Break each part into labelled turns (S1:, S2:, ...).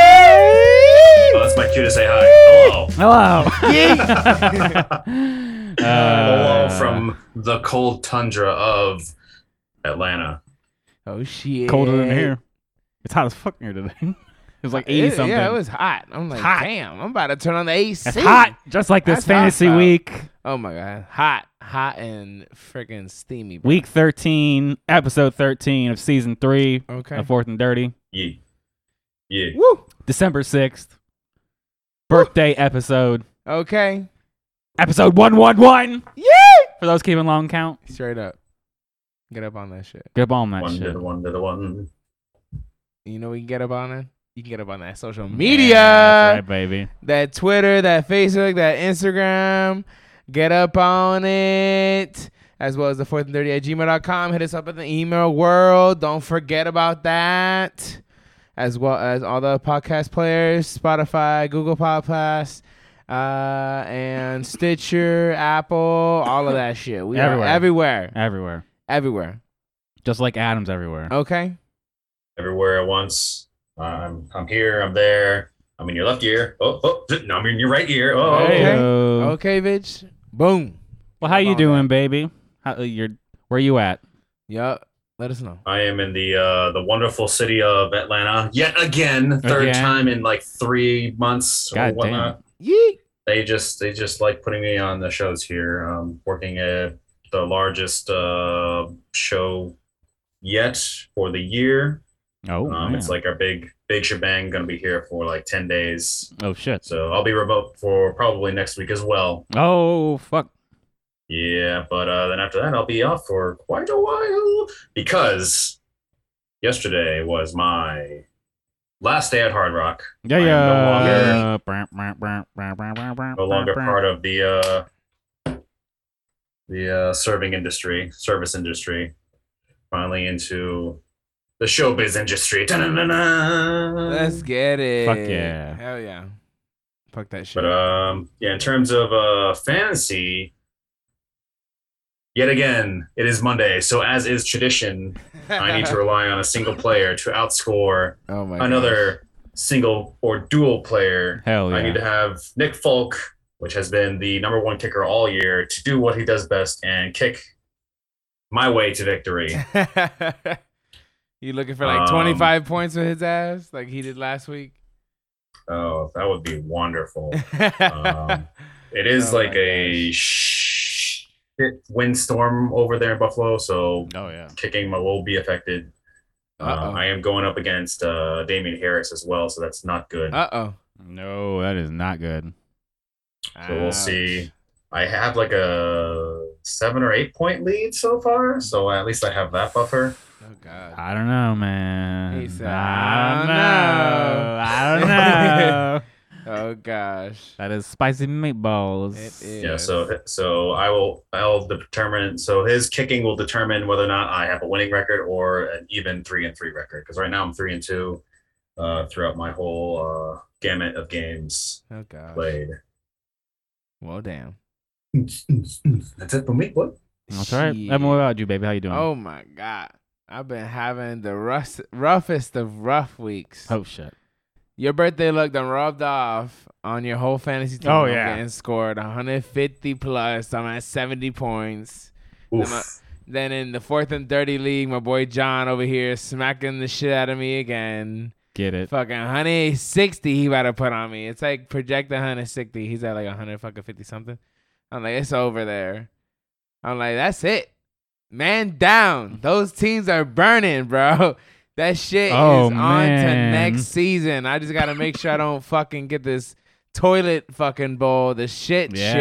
S1: Diddy!
S2: Oh, that's my cue to say hi. Oh, Hello.
S1: Hello.
S2: Hello
S1: Uh,
S2: from the cold tundra of Atlanta.
S3: Oh shit!
S1: colder than here. It's hot as fuck here today. It was like eighty
S3: It-
S1: something.
S3: Yeah, it was hot. I'm like,
S1: Hot.
S3: damn, I'm about to turn on the AC.
S1: It's hot, just like this
S3: That's hot
S1: fantasy
S3: style.
S1: week,
S3: Oh my god, hot, hot and freaking steamy. bro.
S1: week thirteen, episode thirteen of season three
S3: Okay.
S1: of Fourth and Dirty,
S2: Yeah. Yeah.
S3: Woo.
S1: December sixth, birthday episode,
S3: Okay.
S1: episode one one one.
S3: Yeah.
S1: For those keeping long count,
S3: Straight up. Get up on that shit.
S1: good ball on that
S2: One
S1: shit.
S2: to the one to the one.
S3: You know what you can get up on it? You can get up on that social
S1: Yeah,
S3: media.
S1: that's right, baby.
S3: that Twitter, that Facebook, that Instagram. Get up on it. As well as the fourth and dirty at gmail.com. Hit us up in the email world. Don't forget about that. As well as all the podcast players, Spotify, Google Podcasts, uh, and Stitcher, Apple, all of that shit. We
S1: Everywhere.
S3: are everywhere.
S1: Everywhere,
S3: Everywhere.
S1: just like Adams everywhere.
S3: Okay?
S2: Everywhere at once. I'm I'm here, I'm there. I'm in your left ear. Oh, oh, no, I'm in your right ear. Oh,
S3: Hey.
S2: okay.
S1: Hey-o.
S3: Okay, bitch. Boom.
S1: Well, how you
S3: Ball
S1: doing, baby? How uh, you're? Where you at?
S3: Yup. Let us know.
S2: I am in the uh, the wonderful city of Atlanta yet again, third
S1: Again.
S2: time in like three months or
S1: God
S2: whatnot.
S3: Yeet.
S2: They just they just like putting me on the shows here. Um, working at the largest uh, show yet for the year.
S1: Oh,
S2: um, it's
S1: man.
S2: like our big big shebang. Going to be here for like ten days.
S1: oh shit.
S2: So I'll be remote for probably next week as well.
S1: Oh fuck.
S2: Yeah, but uh, then after that, I'll be off for quite a while because yesterday was my last day at Hard Rock.
S1: Yeah,
S2: I am
S1: yeah. longer,
S2: No longer part of the uh, the uh, serving industry, service industry. Finally into the showbiz industry. Da-na-na-na.
S3: Let's get it.
S1: Fuck yeah.
S3: Hell yeah. Fuck that shit.
S2: But um, yeah, in terms of uh, fantasy, yet again, it is Monday. So as is tradition, I need to rely on a single player to outscore
S3: oh my
S2: another single or dual player.
S3: Oh,
S1: Hell yeah.
S2: I need to have Nick Folk, which has been the number one kicker all year, to do what he does best and kick my way to victory.
S3: gosh. you looking for like
S2: Um,
S3: 25 points with his ass like he did last week?
S2: oh, that would be wonderful.
S3: um,
S2: It is
S3: Oh my
S2: like a
S3: gosh.
S2: shit windstorm over there in Buffalo, so
S1: Oh yeah.
S2: kicking will be affected. Uh,
S3: Uh-oh.
S2: I am going up against uh, Damian Harris as well, so that's not good.
S3: Uh oh.
S1: No, that is not good. Ah,
S2: So we'll see. I have like a seven or eight point lead so far, so at least I have that buffer.
S3: Oh god.
S1: I don't know, man.
S3: He said,
S1: I don't
S3: "I
S1: know. I don't know.
S3: Oh gosh.
S1: that is spicy meatballs.
S3: It is.
S2: Yeah,
S3: Yes.
S2: so so I will I'll determine so his kicking will determine whether or not I have a winning record or an even three and three record. Because right now I'm three and two uh, throughout my whole uh, gamut of games
S3: Oh gosh.
S2: played.
S3: Well damn.
S2: That's it for me. What?
S1: That's right.
S3: Shit.
S1: Evan, what about you, baby? How you doing?
S3: Oh my god. I've been having the rust, roughest of rough weeks.
S1: oh shit.
S3: Your birthday look done rubbed off on your whole fantasy team.
S1: Oh,
S3: I'm
S1: yeah.
S3: getting scored 150 plus. I'm at 70 points.
S2: Oof.
S3: Am I- Then in the fourth and dirty league, my boy John over here smacking the shit out of me again.
S1: Get it.
S3: Fucking 160 he about to put on me. It's like project 160. He's at like 100 fucking 50 something. I'm like, it's over there. I'm like, that's it. Man down.
S1: Mm-hmm.
S3: Those teams are burning, bro. That shit
S1: Oh,
S3: is on to
S1: man.
S3: next season. I just gotta make sure I don't fucking get this toilet fucking bowl, the shit
S1: Yeah,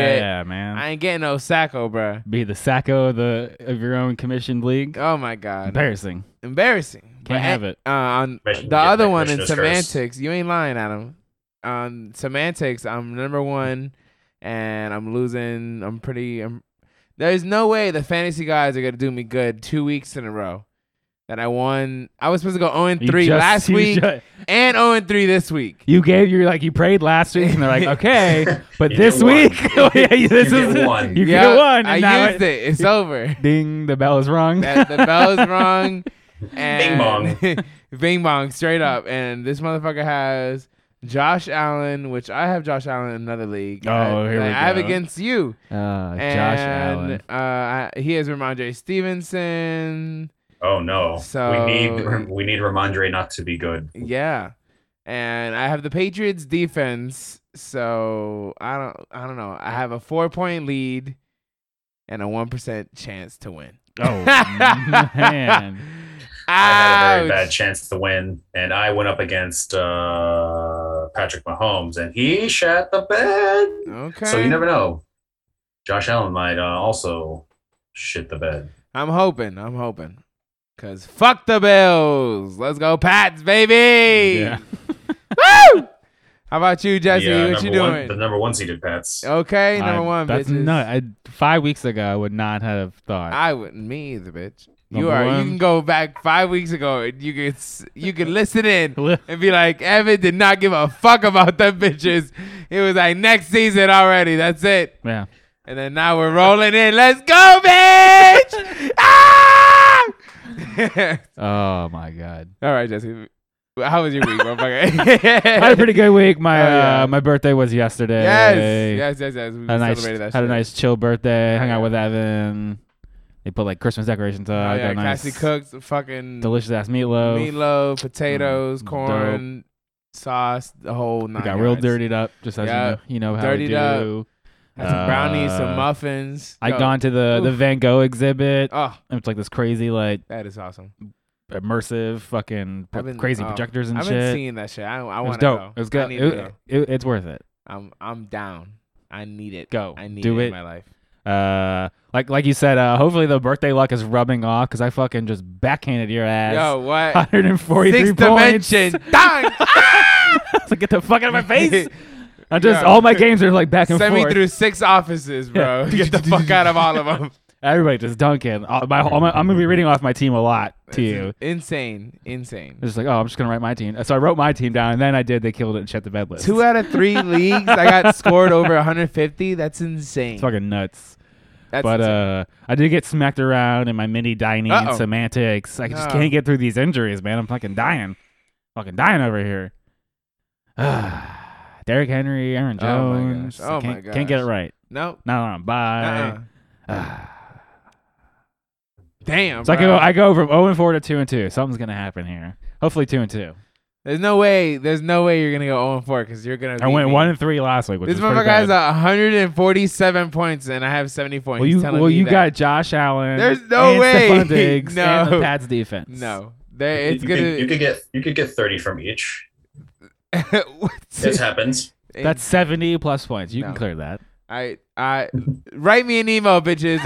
S3: shit.
S1: man.
S3: I ain't getting no sacco, bro.
S1: Be the sacco of the of your own commissioned league.
S3: Oh my god.
S1: Embarrassing.
S3: Embarrassing.
S1: Can't have it.
S3: Uh, on
S2: Commission-
S3: the
S2: yeah,
S3: other one in
S2: commissioner's curse.
S3: semantics, you ain't lying, Adam. On semantics, I'm number one, and I'm losing. I'm pretty. I'm, there's no way the fantasy guys are gonna do me good two weeks in a row. That I won. I was supposed to go 0 and
S1: You
S3: 3
S1: just-
S3: last
S1: you
S3: week
S1: ju-
S3: and 0 and 3 this week.
S1: You gave your like you prayed last week, and they're like, okay, but
S2: You
S1: this
S2: get one.
S1: week, oh, yeah, you- this
S2: You
S1: is
S2: get one.
S1: You
S3: Yeah,
S1: get one.
S3: I
S1: and now
S3: used it. It's over.
S1: Ding, the bell is rung.
S3: That the bell's rung.
S2: Bing bong.
S3: And Bing bong, straight up. And this motherfucker has Josh Allen, which I have Josh Allen in another league.
S1: Oh,
S3: I,
S1: here we
S3: I have
S1: go.
S3: against you.
S1: Ah,
S4: Uh, Josh Allen.
S3: and, Uh, I- he has Ramondre Stevenson.
S2: Oh no.
S3: So-
S2: we need we need Ramondre not to be good.
S3: Yeah. And I have the Patriots defense. So I don't I don't know. I have a four point lead and a one percent chance to win.
S1: Oh man.
S2: I had a very
S3: Ouch.
S2: bad chance to win, and I went up against uh, Patrick Mahomes, and he shat the bed.
S3: Okay.
S2: So you never know. Josh Allen might uh, also shit the bed.
S3: I'm hoping. I'm hoping. Cause fuck the Bills. Let's go Pats, baby.
S1: Yeah.
S3: Woo! How about you, Jesse?
S2: The, uh,
S3: what you
S2: number one-
S3: doing?
S2: the number one seeded Pats.
S3: okay, number
S1: I-
S3: one,
S1: That's
S3: bitches.
S1: nut. I, five weeks ago, I would not have thought.
S3: I wouldn't. Me either, bitch. you
S1: Number
S3: are. You
S1: one.
S3: can go back five weeks ago and you can s- you can listen in
S1: Li-
S3: and be like, Evan did not give a fuck about them bitches. It was like next season already. That's it.
S1: yeah.
S3: And then now we're rolling in. Let's go, bitch! ah!
S1: Oh my god.
S3: All right, Jesse. How was your week,
S1: I had a
S3: motherfucker?
S1: pretty good week. My
S3: Oh, yeah.
S1: uh, my birthday was yesterday.
S3: yes, yes, yes, yes. We
S1: Had a nice,
S3: celebrated that.
S1: had a
S3: shit.
S1: nice chill birthday. Hung
S3: Yeah.
S1: out with Evan. They put like Christmas decorations up.
S3: Oh, yeah,
S1: uh, got nice,
S3: Cassie cooks fucking
S1: delicious ass meatloaf.
S3: meatloaf, potatoes,
S1: Mm,
S3: corn, sauce, the whole nine.
S1: We got real
S3: yards.
S1: dirtied up, just as
S3: Yeah.
S1: you, know, you know how
S3: Dirtied
S1: we
S3: up.
S1: do.
S3: Had some brownies, some
S1: Uh,
S3: muffins.
S1: I
S3: Yo,
S1: gone to the the
S3: Oof.
S1: Van Gogh exhibit.
S3: Oh,
S1: It's like this crazy, like
S3: that is awesome.
S1: immersive, fucking
S3: I've been-
S1: crazy
S3: oh,
S1: projectors and
S3: I've
S1: shit.
S3: been seeing that shit. I, I
S1: it was
S3: want to
S1: dope.
S3: go.
S1: It was
S3: I
S1: good.
S3: need to go.
S1: It- it- it's worth it.
S3: I'm I'm down. I need it.
S1: Go.
S3: I need
S1: Do
S3: it, in
S1: it.
S3: my life.
S1: Uh, like like you said, uh, hopefully the birthday luck is rubbing off because I fucking just backhanded your ass.
S3: Yo, what?
S1: 143
S3: Six
S1: points.
S3: dimension. Dang.
S1: so get the fuck out of my face. I'm just
S3: Yeah.
S1: all my games are like back and
S3: Send
S1: forth.
S3: me through six offices, bro.
S1: Yeah.
S3: Get the fuck out of all of them.
S1: Everybody just dunking. All my, all my, I'm gonna be reading off my team a lot to you.
S3: Insane. Insane.
S1: It's just like, oh, I'm just gonna write my team. So I wrote my team down, and then I did. They killed it and shut the bed list.
S3: Two out of three leagues, I got scored over 150. That's insane.
S1: It's fucking nuts.
S3: That's
S1: but
S3: insane.
S1: uh, I did get smacked around in my mini dining
S3: Uh-oh.
S1: and semantics. I just
S3: No.
S1: can't get through these injuries, man. I'm fucking dying, fucking dying over here. Derrick Henry, Aaron
S3: Oh my gosh.
S1: Jones. I
S3: Oh my
S1: can't, Can't get it
S3: gosh.
S1: right.
S3: nope.
S1: No, no, no,
S3: Uh-uh.
S1: bye.
S3: Damn.
S1: so I
S3: bro.
S1: go, I go from 0 and 4 to 2 and 2. Something's gonna happen here. Hopefully, 2 and 2.
S3: there's no way. There's no way you're gonna go 0 and 4 because you're gonna.
S1: I
S3: beat
S1: went
S3: me.
S1: 1 and 3 last week. Which
S3: This
S1: was pretty
S3: motherfucker has
S1: bad.
S3: 147 points and I have 74.
S1: well,
S3: He's
S1: you,
S3: telling
S1: well,
S3: me
S1: you
S3: that.
S1: got Josh Allen.
S3: There's no
S1: and
S3: way.
S1: Stephon Diggs and
S3: No.
S1: the Pats defense.
S3: no. There, it's
S2: you,
S3: gonna.
S2: could, you could get you could get thirty from each.
S3: What's
S2: This
S3: it-
S2: happens.
S1: That's 70 plus points. You
S3: No.
S1: can clear that.
S3: I I write me an email, bitches,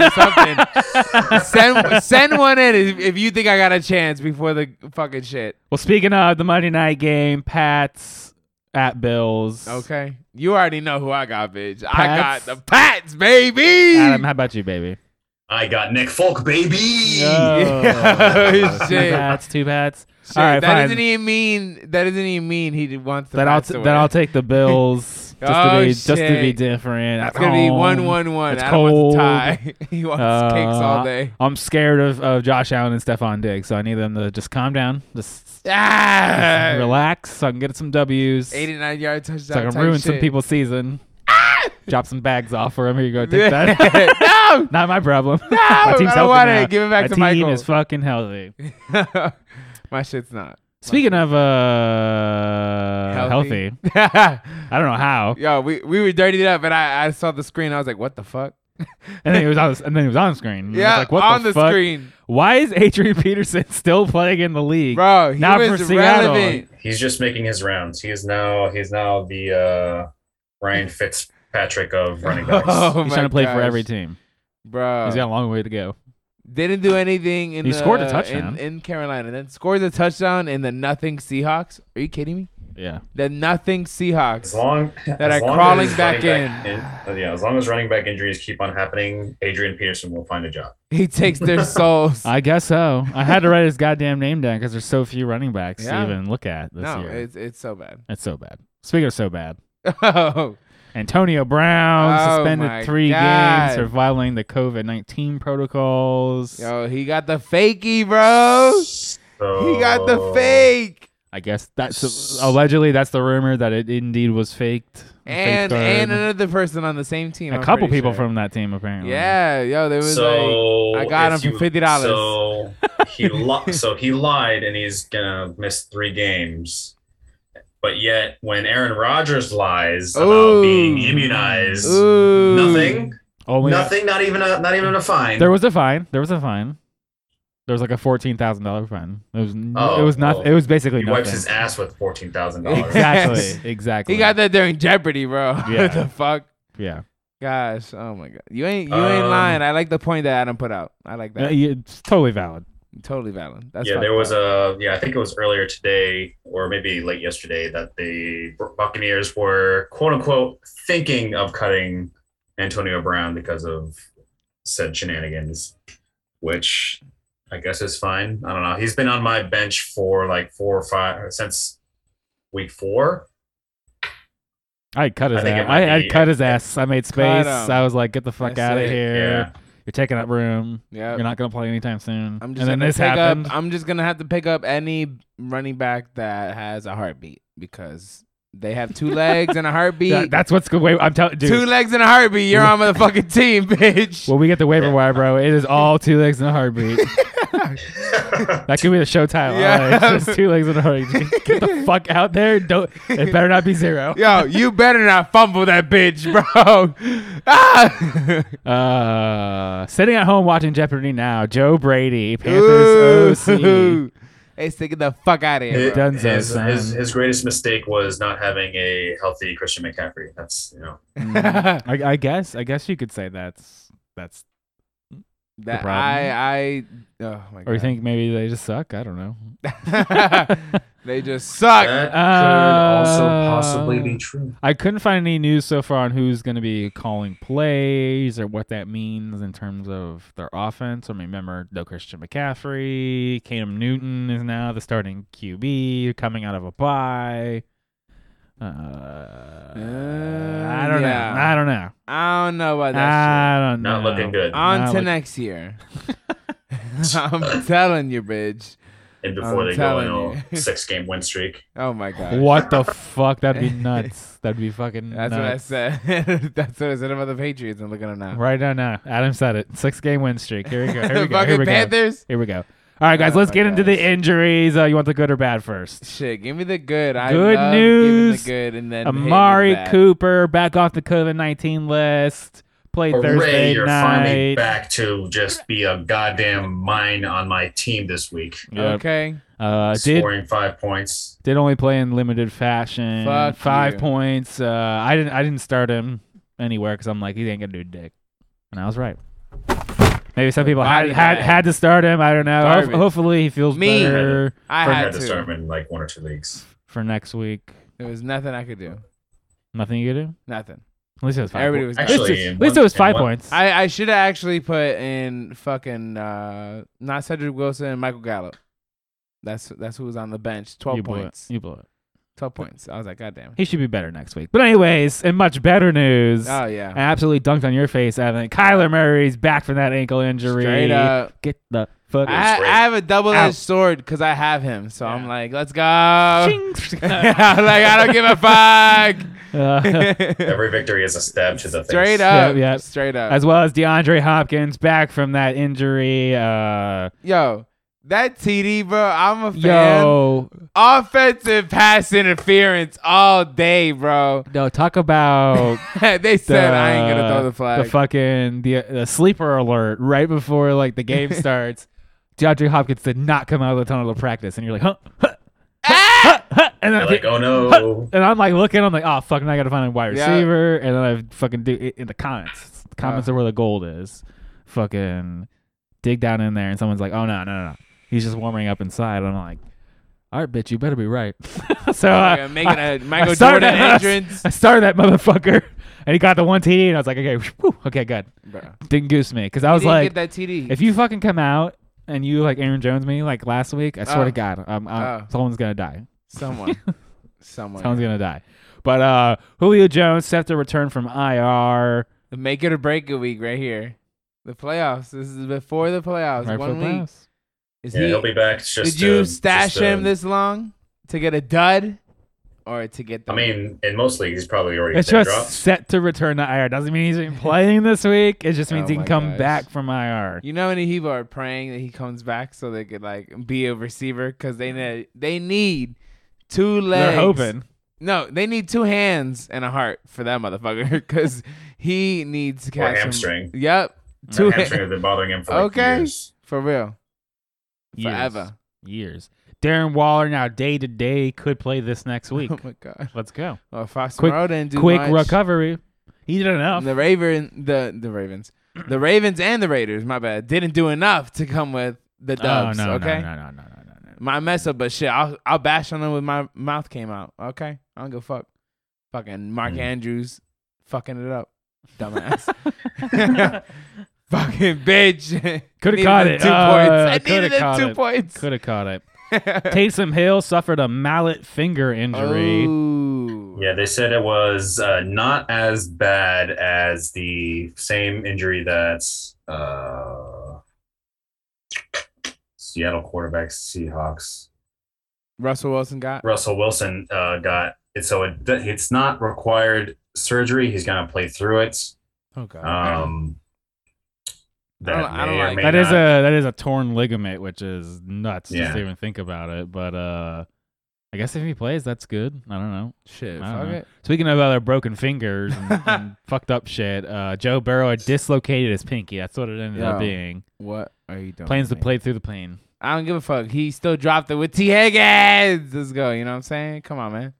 S3: or something. send send one in if, if you think I got a chance before the fucking shit.
S1: Well, speaking of the Monday night game, Pats at Bills.
S3: Okay, you already know who I got, bitch. I got
S1: Pats.
S3: the Pats, baby.
S1: Adam, how about you, baby? Oh,
S2: I got Nick Folk, baby.
S3: Yeah,
S1: Two
S3: shit.
S1: Pats, two Pats.
S3: Shit,
S1: All right,
S3: that
S1: fine.
S3: doesn't even mean that doesn't even mean he wants the
S1: Then I'll
S3: Pats
S1: t-
S3: to
S1: then I'll
S3: win.
S1: take the Bills just
S3: Oh,
S1: to be just to be
S3: shit.
S1: different.
S3: It's
S1: At
S3: gonna be
S1: home.
S3: one one one.
S1: Oh, It's
S3: Adam wants
S1: cold.
S3: a tie. he wants cakes all
S1: Uh,
S3: day.
S1: I'm scared of, of Josh Allen and Stephon Diggs, so I need them to just calm down, just
S3: Ah,
S1: relax, so I can get some Ws,
S3: Eighty nine yard touchdown.
S1: so I can
S3: type
S1: ruin some
S3: shit.
S1: people's season. Drop some bags off for him. Here you go. Take that.
S3: Ah! no,
S1: Not my problem. No,
S3: I
S1: my
S3: don't
S1: team's healthy
S3: want it.
S1: now.
S3: Give it back
S1: my
S3: to
S1: team
S3: Michael.
S1: is fucking healthy.
S3: my shit's not.
S1: Speaking of uh,
S3: Healthy.
S1: healthy. I don't know how.
S3: Yo, we, we were dirtied up, and I, I saw the screen. I was like, what the fuck?
S1: And then he was on. And then he was on screen. And I was
S3: Yeah,
S1: Mm-hmm. like, what
S3: on the,
S1: fuck?
S3: screen,
S1: Why is Adrian Peterson still playing in the league?
S3: bro. He
S1: Not
S3: was
S1: for Seattle.
S3: relevant.
S2: He's just making his rounds. He is now he's now the uh, Ryan Fitzpatrick of running backs.
S3: Oh
S1: He's
S3: my Uh.
S1: trying to play for
S3: gosh.
S1: every team.
S3: bro.
S1: He's got a long way to go.
S3: Didn't do anything in
S1: He
S3: the,
S1: scored a touchdown.
S3: in, in Carolina. Then scored a touchdown in the nothing Seahawks. Are you kidding me?
S1: Yeah.
S3: The nothing Seahawks.
S2: As long
S3: That
S2: as
S3: are
S2: long
S3: crawling
S2: as
S3: back
S2: running in- yeah, as long as running back injuries keep on happening, Adrian Peterson will find a job.
S3: He takes their souls.
S1: I guess so. I had to write his goddamn name down because there's so few running backs
S3: Yeah.
S1: to even look at this
S3: no,
S1: year.
S3: it's it's so bad.
S1: That's so bad. Speaking of so bad,
S3: Oh,
S1: Antonio Brown
S3: Oh my
S1: suspended three
S3: God.
S1: games for violating the COVID 19 protocols.
S3: yo, he got the fakie, bro.
S2: So
S3: Oh, He got the
S1: Oh.
S3: fake.
S1: I guess that's allegedly that's the rumor that it indeed was faked. A fake
S3: And
S1: card.
S3: and another person on the same team.
S1: a
S3: I'm
S1: couple
S3: pretty
S1: people
S3: sure.
S1: from that team apparently.
S3: Yeah, yo, there was like
S2: so
S3: I got
S2: if
S3: him for $50.
S2: So he li- so he lied, and he's gonna miss three games. But yet, when Aaron Rodgers lies about
S3: Ooh.
S2: being immunized,
S3: ooh,
S2: nothing,
S1: Only
S2: nothing, not even a not even a fine.
S1: There was a fine. There was a fine. There was like a fourteen thousand dollar fine. It was n-
S2: Oh,
S1: it was
S2: oh.
S1: nothing. It was basically
S2: he wipes
S1: nothing.
S2: his ass with fourteen thousand dollars.
S1: exactly. Exactly.
S3: He got that during Jeopardy, bro.
S1: Yeah.
S3: what the fuck?
S1: Yeah.
S3: Gosh, oh my god, you ain't you ain't
S2: Um,
S3: lying. I like the point that Adam put out. I like
S1: Uh,
S3: that.
S1: yeah, It's totally valid.
S3: totally valid. That's
S2: yeah, there
S3: fucked
S2: was
S3: up.
S2: a yeah. I think it was earlier today, or maybe late yesterday, that the Buccaneers were quote unquote thinking of cutting Antonio Brown because of said shenanigans, which I guess is fine. I don't know. He's been on my bench for like four or five since week four.
S1: I'd cut his
S2: I think
S1: ass.
S2: it might
S1: I, I'd
S2: be-
S1: cut his ass. I made space.
S3: him.
S1: I was like, get the fuck
S3: That's
S1: out of
S3: it.
S1: here. You're taking up room.
S3: Yep.
S1: You're not gonna play anytime soon.
S3: I'm
S1: and
S3: just
S1: then
S3: gonna
S1: this
S3: pick
S1: happened.
S3: up. I'm just gonna have to pick up any running back that has a heartbeat because they have two legs and a heartbeat.
S1: Yeah, that's what's good. Wait, I'm telling dude.
S3: two legs and a heartbeat. You're on my fucking team, bitch.
S1: When we get the waiver
S2: Yeah.
S1: wire, bro, it is all two legs and a heartbeat. That could be the show title.
S3: Yeah.
S1: All right, just two legs and a heartbeat. Just Get the fuck out there. Don't. It better not be zero.
S3: Yo, you better not fumble that bitch, bro. Ah!
S1: Uh, sitting at home watching Jeopardy now. Joe Brady, Panthers
S3: Ooh.
S1: OC.
S3: Hey, stick it the fuck out of here.
S2: His,
S3: Bro.
S1: Dunzo,
S2: his,
S1: son.
S2: his, his greatest mistake was not having a healthy Christian McCaffrey. That's you know
S1: Mm, I, I guess. I guess you could say that's that's.
S3: That
S1: problem.
S3: I, I, oh my god.
S1: Or you think maybe they just suck? I don't know.
S3: they just suck.
S2: that
S1: Uh,
S3: Uh,
S2: true.
S1: I couldn't find any news so far on who's going to be calling plays or what that means in terms of their offense. I mean, remember, no Christian McCaffrey. Cam Newton is now the starting QB coming out of a bye. Uh, I don't
S3: Uh, yeah.
S1: know. I don't know.
S3: I don't know about that
S1: I don't know.
S2: Not looking good.
S3: shit. On
S1: not
S3: to
S1: like-
S3: next year. I'm telling you, bitch.
S2: and before
S3: I'm
S2: they go
S3: telling
S2: on
S3: you.
S2: a six game win streak.
S3: Oh my god.
S1: What the fuck? That'd be nuts. That'd be fucking
S3: That's what I
S1: nuts.
S3: said. That's what I said about the Patriots. I'm looking at them now.
S1: Right now, now. Adam said it. Six game win streak. Here we go. Here we
S3: the
S1: go. Here
S3: fucking
S1: we go.
S3: Panthers.
S1: Here we go. All right, guys,
S3: Oh
S1: let's
S3: my
S1: get into the
S3: gosh.
S1: injuries. Uh, you want the good or bad first?
S3: Shit, give me the good. I
S1: Good
S3: love giving
S1: news.
S3: The good, and then hitting the
S1: Amari
S3: bad.
S1: Cooper back off the COVID 19 list. Played
S2: Hooray,
S1: Thursday
S2: you're finally
S1: night.
S2: back to just be a goddamn mine on my team this week.
S1: Yep.
S3: Okay.
S1: Uh, did
S2: Scoring five points.
S1: did only play in limited fashion.
S3: Fuck
S1: Five
S3: you.
S1: points. Uh, I didn't I didn't start him anywhere because I'm like he ain't gonna do dick, and I was right. Maybe some people had
S3: Body
S1: had,
S3: bag.
S1: had to start him. I don't know. Ho-
S3: Garbage.
S1: hopefully he feels
S3: Me.
S1: better
S3: I
S2: I
S3: had
S2: had to
S3: to.
S2: start him in like one or two leagues.
S1: for next week.
S3: There was nothing I could do.
S1: Nothing you can do.
S3: Nothing.
S1: At least it was five.
S3: Everybody
S1: points. At
S3: was
S1: least
S2: Actually,
S1: it-
S2: in
S1: at least it
S2: one-
S1: was
S2: in
S1: five
S2: one-
S1: points.
S3: I, I should have actually put in fucking uh, not Cedric Wilson and Michael Gallup. That's that's who was on the bench. Twelve
S1: you blew
S3: points.
S1: It. You blew it.
S3: Twelve points. I was like, God damn.
S1: He should be better next week. But anyways, in much better news,
S3: Oh
S1: I
S3: yeah.
S1: absolutely dunked on your face, Evan. Kyler Murray's back from that ankle injury.
S3: Straight up.
S1: Get the fuck.
S3: I, ha-
S2: great.
S3: I have a double
S1: Ow.
S3: edged sword because I have him. So I'm
S1: Yeah.
S3: like, let's go. I'm
S1: Ching.
S3: like, I don't give a fuck.
S1: Uh,
S2: Every victory is a stab to the face.
S3: Straight
S1: Yep,
S3: up.
S1: yep.
S3: Straight up.
S1: as well as DeAndre Hopkins back from that injury. Uh,
S3: Yo, that TD, bro. I'm a fan.
S1: yo,
S3: Offensive pass interference all day, bro.
S1: no, talk about
S3: they
S1: the, uh,
S3: said I ain't gonna throw the flag.
S1: The fucking the, uh, the sleeper alert right before like the game starts. DeAndre Hopkins did not come out of the tunnel to practice, and you're like, huh, huh,
S3: Ah!
S1: huh, huh, and then
S2: They're like, oh no.
S1: and I'm like looking, I'm like, oh fuck, now I gotta find a wide
S3: Yeah.
S1: receiver, and then I fucking do it in the comments. The comments
S3: Uh.
S1: are where the gold is. Fucking dig down in there, and someone's like, oh no, no, no, no. he's just warming up inside. And I'm like, all right, bitch, you better be right. so uh,
S3: Fucking making
S1: I-
S3: a Michael
S1: I started
S3: Jordan
S1: that-
S3: entrance.
S1: I started that motherfucker, and he got the one TD, and I was like, okay, whew, okay, good.
S3: Bro, he
S1: Didn't goose me because I was
S3: didn't
S1: like,
S3: get that TD.
S1: if you fucking come out. And you like Aaron Jones me like last week? I swear
S3: Oh.
S1: to God, I'm, I'm,
S3: Oh.
S1: someone's gonna die.
S3: someone, someone,
S1: Someone's gonna die. But uh, Julio Jones set to return from IR.
S3: the make it or break it week right here. The playoffs. This is before the playoffs.
S1: Right for
S3: One
S1: the
S3: week.
S1: playoffs.
S3: Is
S2: Yeah,
S3: he?
S2: he'll be back. It's just um,
S3: did you
S2: to-
S3: stash
S2: just to-
S3: him this long to get a dud, or to get? The,
S2: I mean, in most leagues, he's probably already
S1: It's
S2: dead
S1: just
S2: dropped.
S1: set to return to IR. Doesn't mean he's even playing this week. It just means
S3: Oh
S1: he can
S3: my
S1: come
S3: gosh.
S1: back from IR.
S3: you know, how many people are praying that he comes back so they could like be a receiver because they need they need two legs.
S1: They're hoping.
S3: No, they need two hands and a heart for that motherfucker because he needs
S2: Or
S3: to catch some-
S2: hamstring.
S3: Yep,
S2: That
S3: two
S2: hamstring
S3: hands
S2: has been bothering him for like
S3: Okay.
S2: years.
S3: for real,
S1: Years.
S3: forever.
S1: Years. Darren Waller now day to day could play this next week.
S3: Oh my god.
S1: Let's go.
S3: Well, Fox
S1: Quick-
S3: Moreau didn't do
S1: Quick
S3: much.
S1: recovery. He did enough.
S3: The Raven, the the Ravens, the Ravens and the Raiders. My bad. Didn't do enough to come with the
S1: oh,
S3: dubs.
S1: no,
S3: okay.
S1: no, no, no, no, no, no, no.
S3: My mess up, but shit, I'll I'll bash on them with my mouth came out. Okay, I don't give a fuck. Fucking Mark
S2: Mm.
S3: Andrews, fucking it up, dumbass. fucking bitch.
S1: Coulda
S3: Needed
S1: caught
S3: them
S1: it.
S3: Two
S1: Uh,
S3: points. I
S1: coulda
S3: needed them
S1: caught
S3: two
S1: it.
S3: points.
S1: Could have caught it. Taysom Hill suffered a mallet finger injury.
S3: Oh. Ooh.
S2: Yeah, they said it was uh, not as bad as the same injury that uh, Seattle quarterback Seahawks
S3: Russell Wilson got.
S2: Russell Wilson uh, got. It, so it, it's not required surgery. He's going to play through it.
S3: Oh god.
S2: Um,
S3: I don't- I don't
S2: may or
S3: like-
S2: may
S1: That is
S2: not-
S1: a that is a torn ligament, which is nuts just
S2: Yeah.
S1: to even think about it. But uh, I guess if he plays, that's good. I don't know.
S3: shit.
S1: I don't
S3: Fuck
S1: know.
S3: it.
S1: Speaking of other broken fingers and, and fucked up shit, uh, Joe Burrow had dislocated his pinky. That's what it ended up
S3: Yo.
S1: being.
S3: What are you doing?
S1: Plans to
S3: man?
S1: play through the pain.
S3: I don't give a fuck. He still dropped it with T. Higgins. Let's go. You know what I'm saying? Come on, man.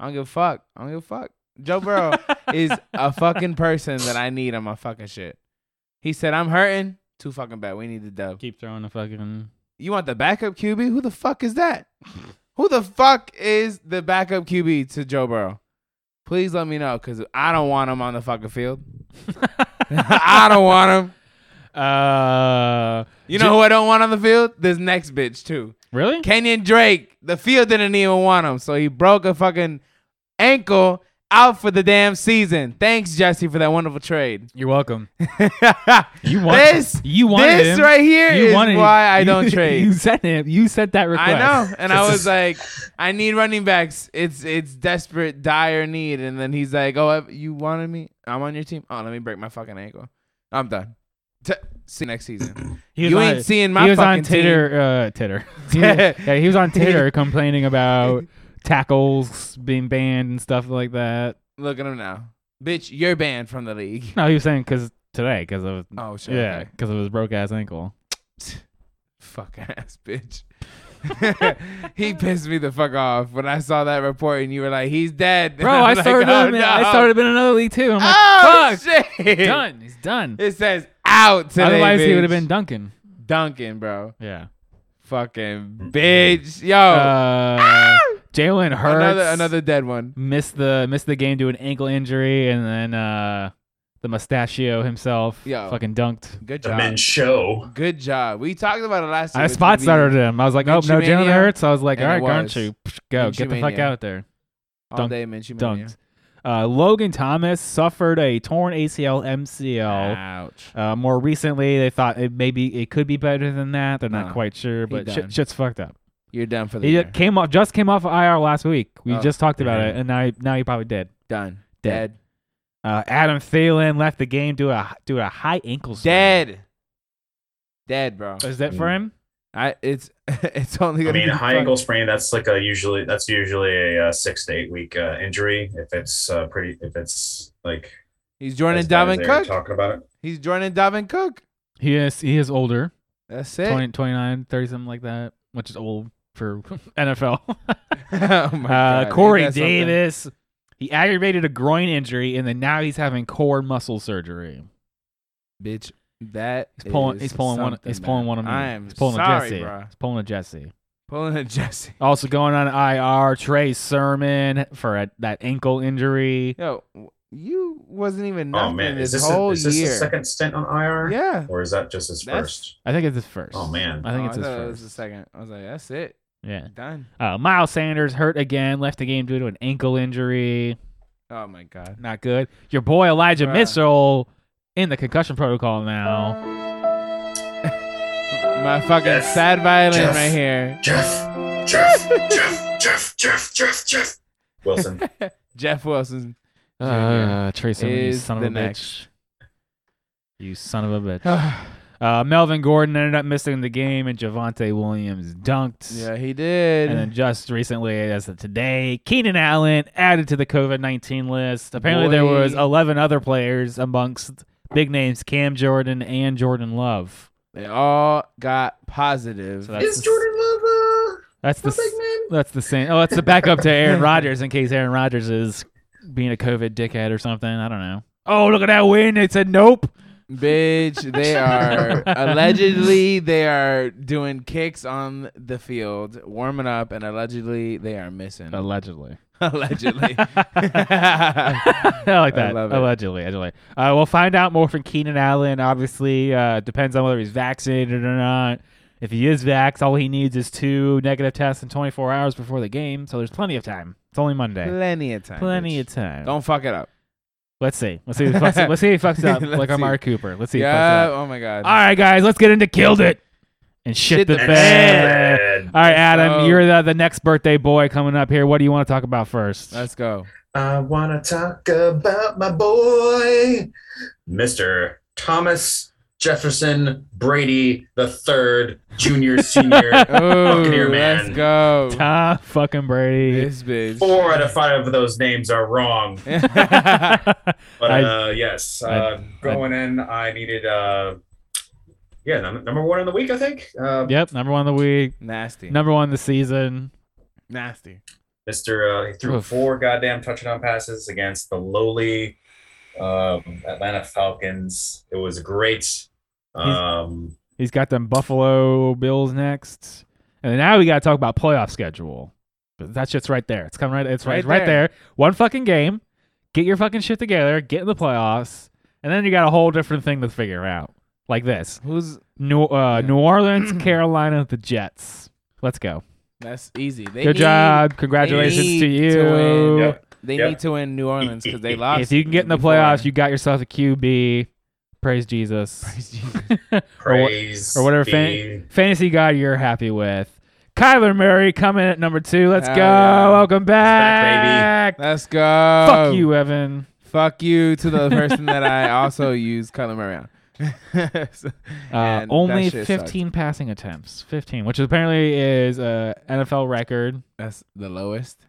S3: I don't give a fuck. I don't give a fuck. Joe Burrow is a fucking person that I need on my fucking shit. He said, I'm hurting. Too fucking bad. We need the dub.
S1: Keep throwing the fucking.
S3: You want the backup QB? Who the fuck is that? Who the fuck is the backup QB to Joe Burrow? Please let me know because I don't want him on the fucking field. I don't want him.
S1: Uh,
S3: You know who I don't want on the field? This next bitch, too.
S1: really?
S3: Kenyon Drake, the field didn't even want him, so he broke a fucking ankle out for the damn season. Thanks, Jesse, for that wonderful trade.
S1: You're welcome. You want
S3: this,
S1: You wanted
S3: this
S1: him.
S3: right here
S1: you
S3: is
S1: wanted
S3: why I don't
S1: you, You
S3: trade.
S1: sent him. You sent that request.
S3: I know, and I was like, I need running backs. It's it's desperate, dire need. And then he's like, Oh, you wanted me? I'm on your team. Oh, let me break my fucking ankle. I'm done. T- see you next season.
S1: He was
S3: you
S1: on-
S3: ain't seeing my
S1: he was
S3: fucking
S1: on Titter. Uh, titter.
S3: Team.
S1: yeah, he was on Titter complaining about tackles being banned and stuff like that.
S3: Look at him now, bitch. You're banned from the league.
S1: No, he was saying because today, because of
S3: Oh, sure.
S1: yeah, because of his broke ass ankle.
S3: fuck ass bitch. he pissed me the fuck off when I saw that report and you were like, he's dead.
S1: Bro,
S3: And
S1: I
S3: I'm like,
S1: started.
S3: "Oh,
S1: him, and I
S3: no."
S1: started him in another league too. and I'm like,
S3: oh, shit.
S1: done. He's done.
S3: It says out today.
S1: Otherwise, he
S3: bitch.
S1: would have been Duncan.
S3: Duncan, bro.
S1: Yeah.
S3: Fucking bitch. Yo.
S1: Uh, Jalen Hurts
S3: Oh. another another dead one.
S1: missed the missed the game due to an ankle injury, and then uh, the mustachio himself
S3: Yo.
S1: fucking dunked.
S3: Good
S2: the
S3: job.
S2: men's show.
S3: Good job. We talked about it last year.
S1: I
S3: with
S1: spot
S3: DB.
S1: started him. I was like, oh, no,
S3: Minshew
S1: Jalen
S3: Mania.
S1: Hurts. I was like, all
S3: And
S1: right,
S3: it was.
S1: aren't you? Go, get the
S3: Minshew
S1: fuck
S3: Mania.
S1: out there.
S3: all
S1: Dunk-
S3: day, Minshew Mania.
S1: Dunked. Uh, Logan Thomas suffered a torn ACL MCL.
S3: Ouch.
S1: Uh, more recently, they thought it maybe it could be better than that. They're
S3: Nah.
S1: not quite sure, but
S3: done.
S1: shit, shit's fucked up.
S3: You're done for the
S1: He
S3: year.
S1: just came off, just came off of IR last week. We
S3: Oh.
S1: just talked about
S2: Mhm.
S1: it, and now he, now he probably dead.
S3: done.
S1: Dead. Uh, Adam Thielen left the game due to a due to a high ankle. sprain.
S3: Dead. Dead, bro.
S1: Is that for him?
S3: I it's it's only
S2: I
S3: gonna
S2: mean,
S3: be
S2: a high
S3: fun.
S2: ankle sprain. That's like a usually that's usually a uh, six to eight week uh, injury. If it's uh, pretty, if it's like
S3: He's joining
S2: as bad as
S3: Dalvin
S2: they were
S3: Cook.
S2: talking about it. Oh,
S3: He's joining Dalvin Cook.
S1: He is he is older,
S3: That's it.
S1: 20, 29, 30, something like that, which is old for NFL.
S3: oh my God.
S1: Uh,
S3: Ain't
S1: Corey
S3: that something?
S1: Davis. He aggravated a groin injury, and then now he's having core muscle surgery.
S3: bitch. That
S1: He's pulling.
S3: is
S1: He's pulling one.
S3: something,
S1: He's pulling
S3: man.
S1: one of me.
S3: I am
S1: he's pulling
S3: sorry,
S1: a Jesse.
S3: bro.
S1: He's pulling a Jesse.
S3: Pulling a Jesse.
S1: Also going on IR. Trey Sermon for a, that ankle injury.
S3: Yo, w- you wasn't even
S2: Oh
S3: nothing
S2: man,
S3: this,
S2: is this
S3: whole
S2: a, is this
S3: year.
S2: his second stint on IR?
S3: Yeah.
S2: Or is that just his
S3: That's-
S2: first?
S1: I think it's his first.
S2: Oh man,
S1: I think
S3: Oh,
S1: it's his
S3: thought it was
S1: first.
S3: the second. I was like, that's it.
S1: yeah.
S3: Done.
S1: Uh, Miles Sanders hurt again. Left the game due to an ankle injury.
S3: Oh my god.
S1: Not good. Your boy Elijah
S3: Bruh.
S1: Mitchell in the concussion protocol now.
S3: My fucking
S2: Yes.
S3: sad violin
S2: Jeff.
S3: right here.
S2: Jeff, Jeff, Jeff, Jeff, Jeff, Jeff, Jeff. Wilson.
S3: Jeff Wilson.
S1: Uh, Trace Emmett, you
S3: is
S1: son of
S3: the
S1: a bitch.
S3: next.
S1: You son of a bitch.
S3: yeah,
S1: Uh, Melvin Gordon ended up missing the game, and Javante Williams dunked.
S3: he did.
S1: And then just recently, as of today, Keenan Allen added to the COVID 19 list. Apparently, there
S3: Boy.
S1: was 11 other players amongst big names Cam Jordan and Jordan Love.
S3: they all got positive.
S1: So that's-
S2: Is Jordan Love uh,
S1: That's the
S2: a big
S1: s-
S2: name?
S1: that's the same. Oh, that's the backup to Aaron Rodgers in case Aaron Rodgers is being a COVID dickhead or something. I don't know. Oh, look at that win! They said nope.
S3: Bitch, they are allegedly they are doing kicks on the field, warming up, and allegedly they are missing.
S1: Allegedly.
S3: allegedly.
S1: I like that.
S3: love it.
S1: Allegedly, allegedly. Uh, we'll find out more from Keenan Allen. Obviously, uh, depends on whether he's vaccinated or not. If he is vaxxed, all he needs is two negative tests in 24 hours before the game. So there's plenty of time. It's only Monday.
S3: Plenty of time.
S1: Plenty
S3: bitch.
S1: of time.
S3: Don't fuck it up.
S1: Let's see. Let's see. If he fucks up. Let's see if he fucks up
S3: Let's
S1: like
S3: see.
S1: Amari Cooper. Let's see. If he fucks
S3: Yeah.
S1: up.
S3: Oh my god.
S1: All right, guys. Let's get into killed it and shit,
S3: Shit
S1: the,
S3: the
S1: bed.
S2: Bad.
S1: All right, Adam,
S3: So-
S1: you're the, the next birthday boy coming up here. What do you want to talk about 1st
S3: Let's go.
S2: I wanna talk about my boy, Mr. Thomas Jefferson Brady the third, junior, senior.
S3: Oh,
S2: Buccaneer
S3: let's
S2: man.
S3: go.
S1: Tom fucking Brady.
S3: This bitch.
S2: Four out of five of those names are wrong. But
S1: I-
S2: uh, yes,
S1: I-
S2: uh, going in, I needed uh, yeah, num- number one in the week, I think. Uh,
S1: Yep, number one of the week,
S3: Nasty.
S1: number one of the season.
S3: Nasty.
S2: Mr. Uh, he threw
S1: Oof.
S2: four goddamn touchdown passes against the lowly um, Atlanta Falcons. It was great. Um,
S1: He's got them Buffalo Bills next, and now we got to talk about playoff schedule. But that shit's right there. It's coming right. It's right,
S3: Right
S1: right there. One fucking game. Get your fucking shit together. Get in the playoffs, and then you got a whole different thing to figure out. Like this:
S3: Who's
S1: New uh, New Orleans, Carolina, the Jets. Let's go.
S3: that's easy. They
S1: Good
S3: need-
S1: job.
S3: need
S1: Congratulations to
S3: to win.
S1: you.
S2: yeah,
S3: They
S2: Yep.
S3: need to win New Orleans because they lost.
S1: If you can get in the
S3: before.
S1: playoffs, you got yourself a QB. Praise Jesus.
S3: Praise Jesus.
S1: Or what-
S2: praise
S1: or whatever
S2: be-
S1: fan- fantasy guy you're happy with. Kyler Murray coming in at number two. Let's
S3: Hell
S1: go.
S3: yeah.
S1: Welcome
S2: back,
S1: back.
S3: Let's go.
S1: Fuck you, Evan.
S3: Fuck you to the person that I also use Kyler Murray on.
S1: Uh,
S3: Man, that
S1: only
S3: shit
S1: 15 passing attempts. 15, which apparently is a NFL record
S3: That's the lowest.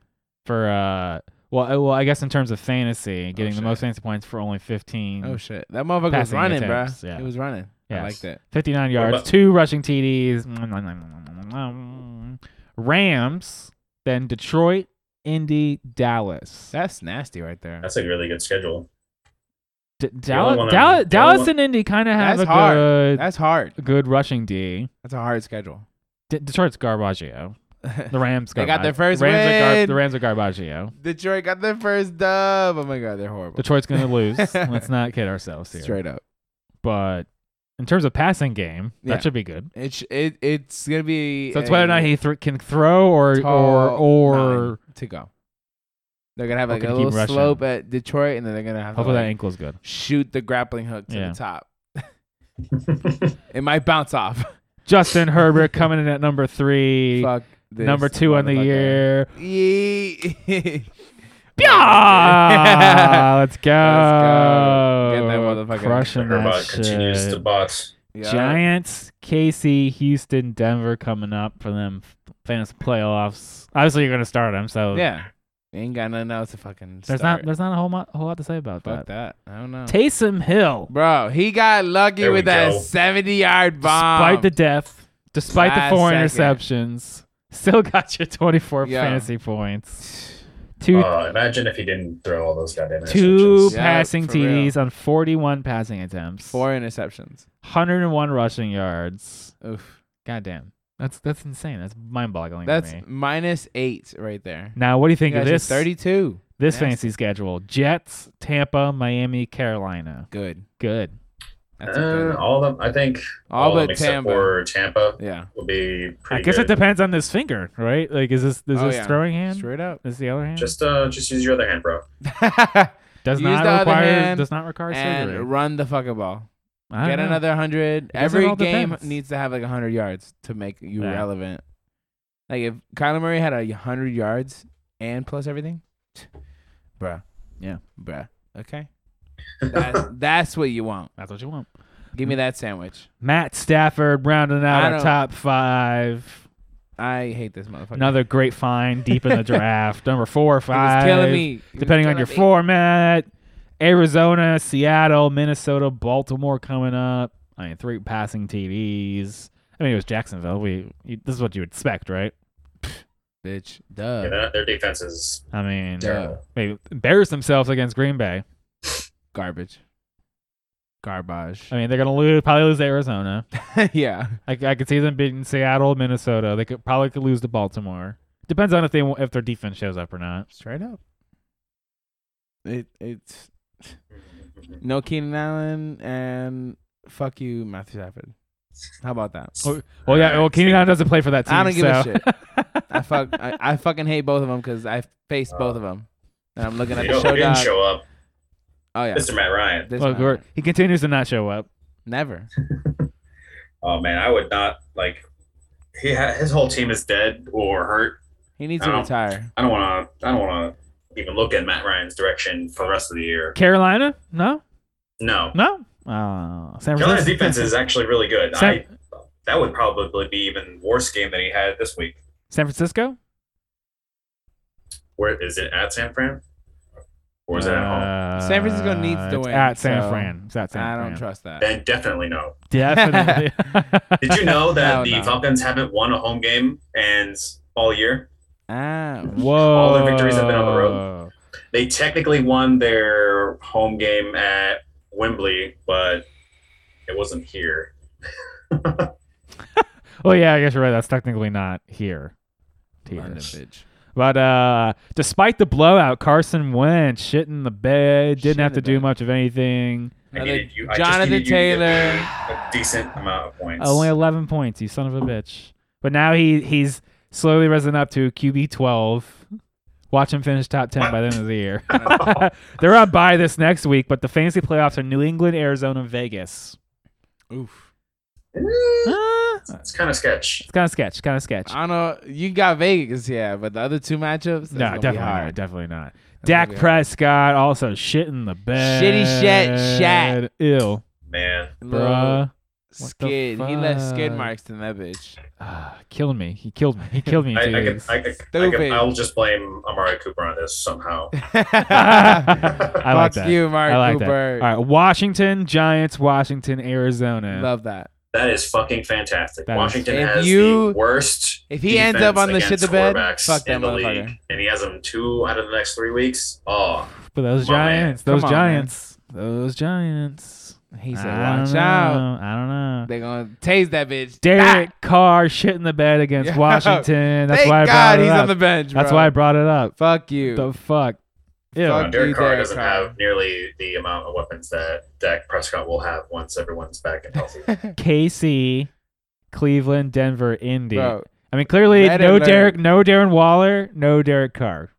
S1: for uh well, uh, well, I guess in terms of fantasy, getting the
S3: Oh, shit.
S1: most fantasy points for only 15.
S3: Oh shit, that
S1: Mm.
S3: motherfucker
S1: Passing
S3: was running, bruh.
S1: attempts, yeah.
S3: It was running. I like
S1: Yes.
S3: that.
S1: 59 yards,
S2: about-
S1: two rushing TDs. Rams, then Detroit, Indy, Dallas.
S3: That's nasty right there.
S2: That's a really good schedule.
S1: D-
S2: only
S1: Dallas, Dallas,
S2: one I'm- the only
S1: Dallas
S2: one-
S1: and Indy kind of have
S3: That's
S1: a
S3: hard.
S1: good,
S3: That's hard.
S1: good rushing D.
S3: That's a hard schedule.
S1: D- Detroit's Garbaggio. The Rams.
S3: They got
S1: Garba-
S3: their first
S1: Rams Are gar-
S3: win.
S1: the Rams are Garbaggio.
S3: Detroit got their first dub. Oh my god, they're horrible.
S1: Detroit's gonna lose. Let's not kid ourselves here.
S3: Straight up,
S1: But in terms of passing game,
S3: Yeah.
S1: that should be good.
S3: it, sh- it it's gonna be.
S1: So it's whether or not
S3: a
S1: he thr can throw or or
S3: tall
S1: or.
S3: nine to go. They're gonna have
S1: Or
S3: like
S1: can
S3: a
S1: keep
S3: little
S1: rushing.
S3: slope at Detroit, and then they're gonna have to
S1: Hopefully that
S3: like,
S1: ankle's good.
S3: shoot the grappling hook to
S1: Yeah.
S3: the top. It might bounce off.
S1: Justin Herbert coming in at number three,
S3: Fuck this
S1: number two on the
S3: motherfucker.
S1: year.
S3: Yee.
S1: Yeah, let's go.
S3: Get that motherfucker.
S1: Crushing that
S2: Herbert uh, continues
S1: shit.
S2: to bot.
S3: Yeah.
S1: Giants, KC, Houston, Denver coming up for them f- fantasy playoffs. Obviously, you're gonna start them, so
S3: Yeah. Ain't got nothing else to fucking.
S1: There's
S3: start.
S1: not there's not a whole, mo- whole lot to say about
S3: Fuck
S1: that.
S3: that. I don't know.
S1: Taysom Hill,
S3: Bro, he got lucky
S2: There we
S3: with that
S2: go.
S3: 70 yard bomb.
S1: despite the death, despite
S3: Last
S1: the four
S3: second.
S1: interceptions, still got your 24
S3: Yeah.
S1: fantasy points. Two
S2: Uh, imagine if he didn't throw all those goddamn
S1: two
S2: interceptions.
S3: Yeah,
S1: passing
S3: for real.
S1: TDs on 41 passing attempts,
S3: four interceptions.
S1: 101 rushing yards.
S3: Oof.
S1: Goddamn, that's that's insane. That's mind-boggling.
S3: That's
S1: to me.
S3: minus eight right there.
S1: Now, what do you think
S3: You
S1: of
S3: guys are
S1: this?
S3: 32.
S1: This
S3: Nasty.
S1: fantasy schedule: Jets, Tampa, Miami, Carolina.
S3: Good.
S1: Good.
S3: That's a
S2: Uh,
S3: good. one.
S2: all of them, I think.
S3: All,
S2: of them
S3: but
S2: except
S3: Tampa.
S2: for Tampa
S3: yeah.
S2: will be pretty
S1: I guess
S2: good.
S1: it depends on this finger, right? Like, is this is
S3: Oh,
S1: this
S3: yeah.
S1: throwing hand?
S3: Straight up.
S1: Is the other hand?
S2: Just uh, just use your other hand, bro.
S1: does
S3: use the
S1: not
S3: other
S1: require
S3: hand
S1: does not require
S3: and
S1: surgery.
S3: run the fucking ball.
S1: I
S3: Get
S1: don't know.
S3: another 100.
S1: Because it
S3: Every
S1: all
S3: game
S1: depends.
S3: needs to have like 100 yards to make you
S1: Yeah.
S3: relevant. Like if Kyler Murray had a 100 yards and plus everything, bruh.
S1: Yeah.
S3: Bruh. Okay. That, that's what you want.
S1: That's what you want.
S3: Give me that sandwich.
S1: Matt Stafford rounding
S3: I
S1: out our
S3: don't-
S1: top five.
S3: I hate this motherfucker.
S1: Another great find deep in the draft. Number four or
S3: He was
S1: five.
S3: killing me. He was
S1: Depending on
S3: killing
S1: your
S3: me.
S1: format. Arizona, Seattle, Minnesota, Baltimore coming up. I mean, three passing TDs. I mean, it was Jacksonville. We you, this is what you would expect, right?
S3: Bitch.
S2: Yeah,
S3: Duh.
S2: their, their defense is
S1: I mean,
S3: Yeah.
S2: terrible.
S1: they embarrassed themselves against Green Bay.
S3: Garbage. Garbage.
S1: I mean, they're gonna lose, probably lose to Arizona.
S3: yeah.
S1: I, I could see them beating Seattle, Minnesota. They could probably could lose to Baltimore. Depends on if they if their defense shows up or not.
S3: Straight up. It it's no Keenan Allen and fuck you, Matthew Stafford. How about that?
S1: Well, yeah. Well, Keenan Allen doesn't play for that team.
S3: I don't give a
S1: so-
S3: shit. I fuck. I, I fucking hate both of them because I faced both of them, and I'm looking at
S2: You
S3: the
S2: know
S3: show
S2: who didn't
S3: dog.
S2: show up?
S3: Oh yeah,
S2: Mr. Matt Ryan.
S3: This
S1: Well,
S3: man.
S1: Gor- he continues to not show up.
S3: never.
S2: Oh man, I would not like. He ha- his whole team is dead or hurt.
S3: He needs to
S2: Oh.
S3: retire.
S2: I don't want to. I don't want to even look at Matt Ryan's direction for the rest of the year.
S1: Carolina? No,
S2: No,
S1: no. Uh, San Francisco.
S2: Carolina's defense is actually really good. I,
S1: San,
S2: that would probably be even worse game than he had this week.
S1: San Francisco?
S2: Where is it at San Fran? Or is it at home?
S1: Uh,
S3: San Francisco needs to
S1: it's
S3: win,
S1: At San
S3: so
S1: Fran. It's at San
S3: I don't
S1: Fran.
S3: trust that.
S2: Then definitely no.
S1: Definitely.
S2: Did you know that
S3: No,
S2: the
S3: no.
S2: Falcons haven't won a home game and all year?
S3: Ah, well,
S1: Whoa.
S2: All their victories have been on the road. They technically won their home game at Wembley, but it wasn't here.
S1: Well, yeah, I guess you're right. That's technically not here.
S3: London,
S1: Tears.
S3: bitch.
S1: But uh, despite the blowout, Carson Wentz shit in the bed.
S3: Shit
S1: Didn't have
S3: in
S1: to
S3: the
S1: do
S3: bed.
S1: much of anything.
S2: I
S3: Another
S2: needed you. I just
S3: Jonathan
S2: needed you to get
S3: Taylor. Oh,
S2: a decent amount of points.
S1: Only 11 points, you son of a bitch. But now he he's slowly rising up to QB 12. Watch him finish top 10 by the end of the year. They're on bye this next week, but the fantasy playoffs are New England, Arizona, Vegas.
S3: Oof.
S2: Eh,
S1: Ah,
S2: It's kind of sketch.
S1: it's kind of sketch, kind of sketch.
S3: I don't know. You got Vegas, yeah, but the other two matchups. that's
S1: No,
S3: gonna be
S1: definitely
S3: hard.
S1: not. Definitely not.
S3: That's gonna
S1: Dak
S3: be hard.
S1: Prescott also shit in the bed.
S3: Shitty shit, shat.
S1: Ew,
S2: Man,
S3: Little
S1: bruh. What the
S3: Skid. He left skid
S1: fuck?
S3: marks in that bitch.
S1: Ah, killed me. He killed me. He killed me.
S2: I, I,
S1: dude.
S2: can, I, I, I
S3: Stupid.
S2: can, I'll just blame Amari Cooper on this somehow.
S1: I like
S3: Fuck
S1: that.
S3: you, Mark
S1: I like
S3: Cooper.
S1: that. All right, Washington Giants, Washington, Arizona.
S3: Love that.
S2: That is fucking fantastic.
S1: That is-
S2: Washington
S3: If
S2: has
S3: you-
S2: the worst.
S3: if he ends up
S2: defense
S3: on the
S2: against
S3: shit the bed,
S2: quarterbacks
S3: fuck that
S2: in the
S3: motherfucker.
S2: league, and he has them two out of the next three weeks. Oh,
S1: but those
S2: Come on, man.
S1: Giants, those
S3: Come on, man.
S1: Giants, those Giants.
S3: He said,
S1: I don't
S3: "Watch
S1: know.
S3: out!
S1: I don't know.
S3: They're gonna tase that bitch."
S1: Derek Carr shit in the bed against
S3: Yeah.
S1: Washington. That's
S3: Thank
S1: why I brought
S3: God
S1: it
S3: he's
S1: up.
S3: on the bench.
S1: That's
S3: bro.
S1: why I brought it up.
S3: Fuck you.
S1: The fuck. Ew.
S2: uh,
S3: Fuck. you,
S2: Derek Carr
S3: Derek
S2: doesn't
S3: Carr.
S2: have nearly the amount of weapons that Dak Prescott will have once everyone's back and healthy.
S1: KC, Cleveland, Denver, Indy.
S3: bro,
S1: I mean, clearly
S3: Red
S1: no
S3: alert.
S1: Derek, no Darren Waller, no Derek Carr.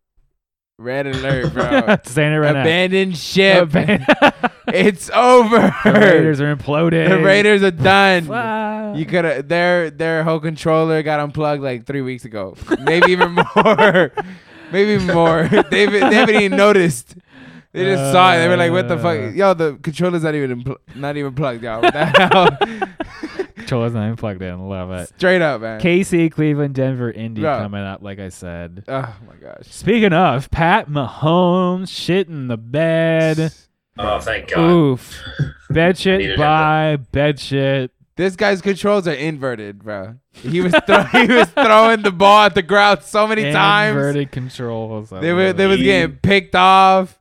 S3: red alert, bro.
S1: Saying it right now.
S3: Abandoned ship.
S1: Aban-
S3: it's over.
S1: the Raiders are imploded.
S3: The Raiders are done.
S1: Fuck.
S3: You could have their their whole controller got unplugged like three weeks ago, maybe even more, maybe even more. they haven't, they haven't even noticed. They just saw it. They were like, "What the
S1: Uh.
S3: fuck, yo? The controller's not even impl- not even plugged, y'all." What the hell?
S1: Controller's not even plugged in. Love it.
S3: Straight up, man.
S1: KC, Cleveland, Denver, Indy
S3: Yeah.
S1: coming up. Like I said.
S3: oh my gosh.
S1: Speaking of Pat Mahomes, shit in the bed.
S2: oh, thank God.
S1: Oof. Bed shit
S2: Needed
S1: by bed shit.
S3: This guy's controls are inverted, bro. He was throw- he was throwing the ball at the ground so many times.
S1: Inverted controls. I
S3: They
S1: love
S3: were
S1: it.
S3: they was getting picked off.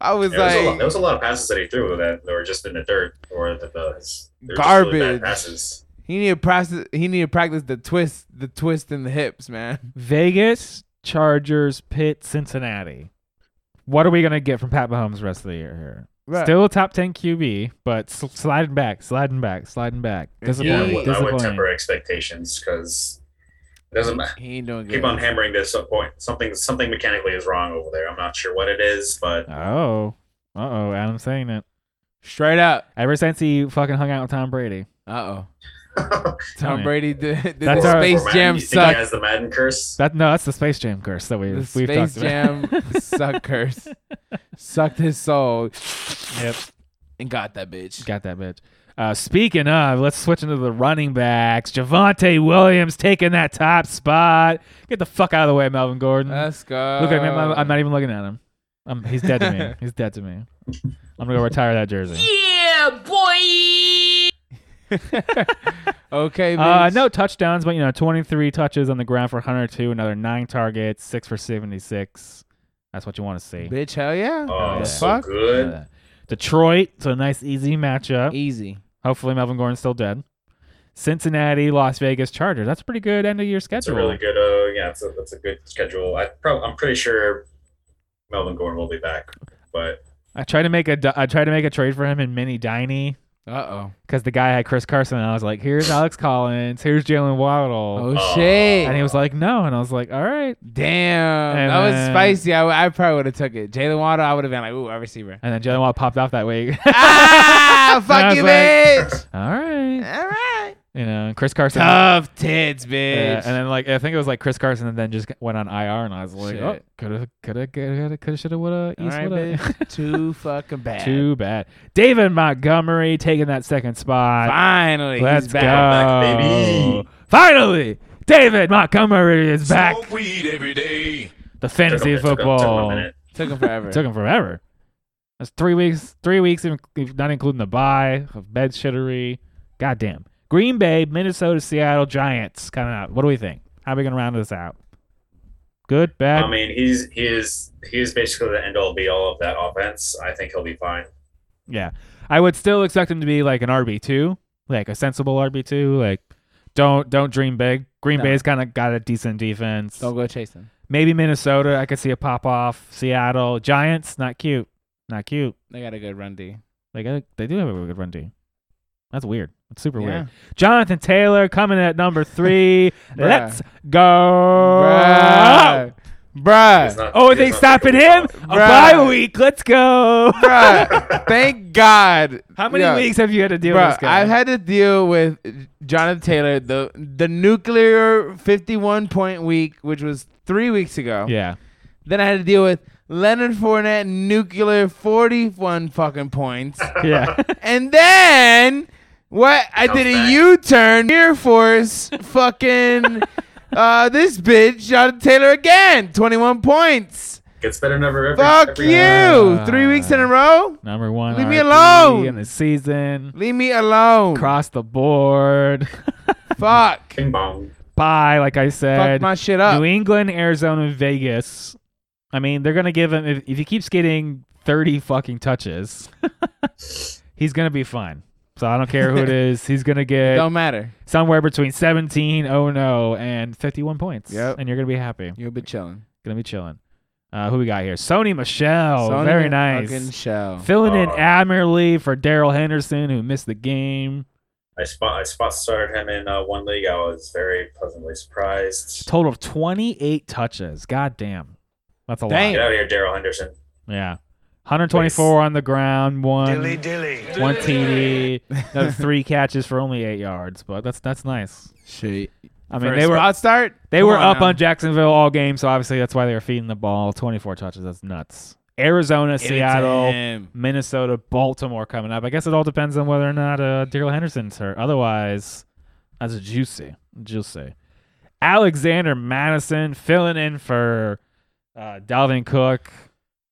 S3: I was
S2: There was, a lot,
S3: like,
S2: there was a lot of passes that he threw that were just in the dirt or the, the his- they were just Really
S3: Garbage.
S2: bad passes.
S3: He need to practice. He need to practice the twist, the twist in the hips, man.
S1: Vegas, Chargers, Pitt, Cincinnati. What are we gonna get from Pat Mahomes the rest of the year here?
S3: Right.
S1: Still a top ten QB, but sl- sliding back, sliding back, sliding back.
S2: Yeah,
S1: Disappointing.
S2: I would, I would
S1: disappointing.
S2: temper expectations because it doesn't matter.
S3: He ain't doing good.
S2: Keep on hammering this up point. Something something mechanically is wrong over there. I'm not sure what it is, but
S1: Oh, uh oh, Adam saying it.
S3: Straight up.
S1: Ever since he fucking hung out with Tom Brady.
S3: Uh oh.
S1: Tell
S3: Tom
S1: me.
S3: Brady did, did
S1: That's
S3: the
S1: our-
S2: Or
S1: Space
S3: Space
S2: Madden.
S3: Jam
S2: You think he
S3: suck.
S2: has the Madden curse.
S1: That no, that's the Space Jam curse that we've
S3: The
S1: we've
S3: Space
S1: talked about.
S3: Jam suckers sucked his soul
S1: Yep,
S3: and got that bitch.
S1: got that bitch. Uh, speaking of, let's switch into the running backs. Javante Williams taking that top spot. Get the fuck out of the way, Melvin Gordon.
S3: Let's go.
S1: Look at him. I'm, I'm not even looking at him. i he's dead to me. He's dead to me. I'm gonna go retire that jersey.
S3: okay.
S1: Uh,
S3: bitch.
S1: no touchdowns, but you know, 23 touches on the ground for 102, another nine targets, six for 76. That's what you want to see.
S3: Bitch, hell yeah.
S2: Oh,
S1: the
S2: so
S3: fuck?
S2: good.
S1: Uh, Detroit, so a nice easy matchup.
S3: Easy.
S1: Hopefully, Melvin Gordon's still dead. Cincinnati, Las Vegas, Chargers. That's a pretty good end of year
S2: It's a
S1: schedule.
S2: really good. Uh, yeah, it's a, that's a good schedule. I prob- I'm pretty sure Melvin Gordon will be back, but
S1: I tried to make a di- I tried to make a trade for him in mini Diney
S3: Uh oh.
S1: because the guy had Chris Carson. And I was like, here's Alex Collins, here's Jalen Waddle,
S3: Oh,
S2: Oh.
S3: shit.
S1: and he was like, no, and I was like, all right.
S3: Damn,
S1: And
S3: that was
S1: then-
S3: spicy. I, w- I probably would have took it. Jalen Waddle, I would have been like, ooh, a receiver.
S1: And then Jalen Waddle popped off that week.
S3: ah,
S1: I
S3: fuck
S1: was
S3: you,
S1: like-
S3: bitch.
S1: all right,
S3: All right.
S1: you know, and Chris Carson.
S3: Tough tits, bitch.
S1: Yeah, and then like I think it was like Chris Carson, and then just went on IR, and I was like,
S3: Shit.
S1: oh, coulda, coulda, coulda, coulda, shoulda, woulda,
S3: All
S1: east,
S3: right,
S1: woulda.
S3: bitch. Too fucking bad.
S1: Too bad. David Montgomery taking that second spot.
S3: Finally,
S1: Let's
S3: he's
S1: go,
S3: back.
S1: Oh.
S2: back, baby.
S1: Finally, David Montgomery is back. The
S2: took
S1: fantasy
S2: him, took him- took him a
S1: football
S2: minute.
S3: Took him forever.
S1: took him forever. That's three weeks. Three weeks, even- if not including the bye of bed shittery. Goddamn. Green Bay, Minnesota, Seattle, Giants. Kind of. What do we think? How are we gonna round this out? Good, bad.
S2: I mean, he's he is he is basically the end all be all of that offense. I think he'll be fine.
S1: Yeah. I would still expect him to be like an RB two, like a sensible RB two. Like don't don't dream big. Green
S3: No.
S1: Bay's kinda got a decent defense.
S3: Don't go chase him.
S1: Maybe Minnesota, I could see a pop off. Seattle. Giants, not cute. Not cute.
S3: They got a good run D.
S1: Like uh, they do have a really good run D. That's weird. That's super
S3: Yeah.
S1: weird. Jonathan Taylor coming at number three.
S3: Bruh.
S1: Let's go.
S3: Bruh.
S2: He's
S3: Bruh.
S2: not-
S1: Oh,
S2: he's
S1: they
S2: not
S1: stopping him?
S2: gonna
S1: A
S3: Bruh.
S1: bye week. Let's go.
S3: Bruh. Thank God.
S1: How many
S3: Yeah.
S1: weeks have you had to deal
S3: Bruh,
S1: with this guy?
S3: I've had to deal with Jonathan Taylor, the the nuclear 51 point week, which was three weeks ago.
S1: Yeah.
S3: Then I had to deal with Leonard Fournette, nuclear 41 fucking points.
S1: Yeah.
S3: and then what? I
S2: Comes
S3: did a
S2: back.
S3: U turn, Air Force, fucking uh, this bitch, Jonathan Taylor again, 21 points.
S2: be- Gets better never every.
S3: Fuck
S2: every-
S3: you. Three weeks in a row?
S1: Number one.
S3: Leave me
S1: RB
S3: alone.
S1: In the season,
S3: Leave me alone.
S1: across the board.
S3: Fuck.
S2: King Bong.
S1: Bye, like I said.
S3: Fuck my shit up.
S1: New England, Arizona, Vegas. I mean, they're gonna give him if, if he keeps getting thirty fucking touches, he's gonna be fine. So I don't care who it is, he's gonna get
S3: Don't matter.
S1: somewhere between 17, oh no, and fifty-one points.
S3: Yep.
S1: And you're gonna be happy.
S3: You'll be chilling.
S1: Gonna be chilling. Uh, who we got here? Sony Michelle. Oh, Very nice.
S3: Fucking
S1: Filling in
S2: Uh,
S1: admirably for Daryl Henderson, who missed the game.
S2: I spot I spot started him in uh, one league. I was very pleasantly surprised.
S1: Total of 28 touches. God damn. That's a
S3: Damn.
S2: Get
S1: lot.
S2: out of here, Daryl Henderson.
S1: Yeah. 124 on the ground, one one TD, another three catches for only eight yards, but that's that's nice.
S3: Shit.
S1: I mean, they were
S3: spot start.
S1: they
S3: Come
S1: were up
S3: now.
S1: on Jacksonville all game, so obviously that's why they were feeding the ball. 24 touches, that's nuts. Arizona,
S3: Give it to
S1: Seattle,
S3: him.
S1: Minnesota, Baltimore coming up. I guess it all depends on whether or not uh, Daryl Henderson's hurt. Otherwise, that's juicy, juicy. Alexander Madison filling in for uh, Dalvin Cook.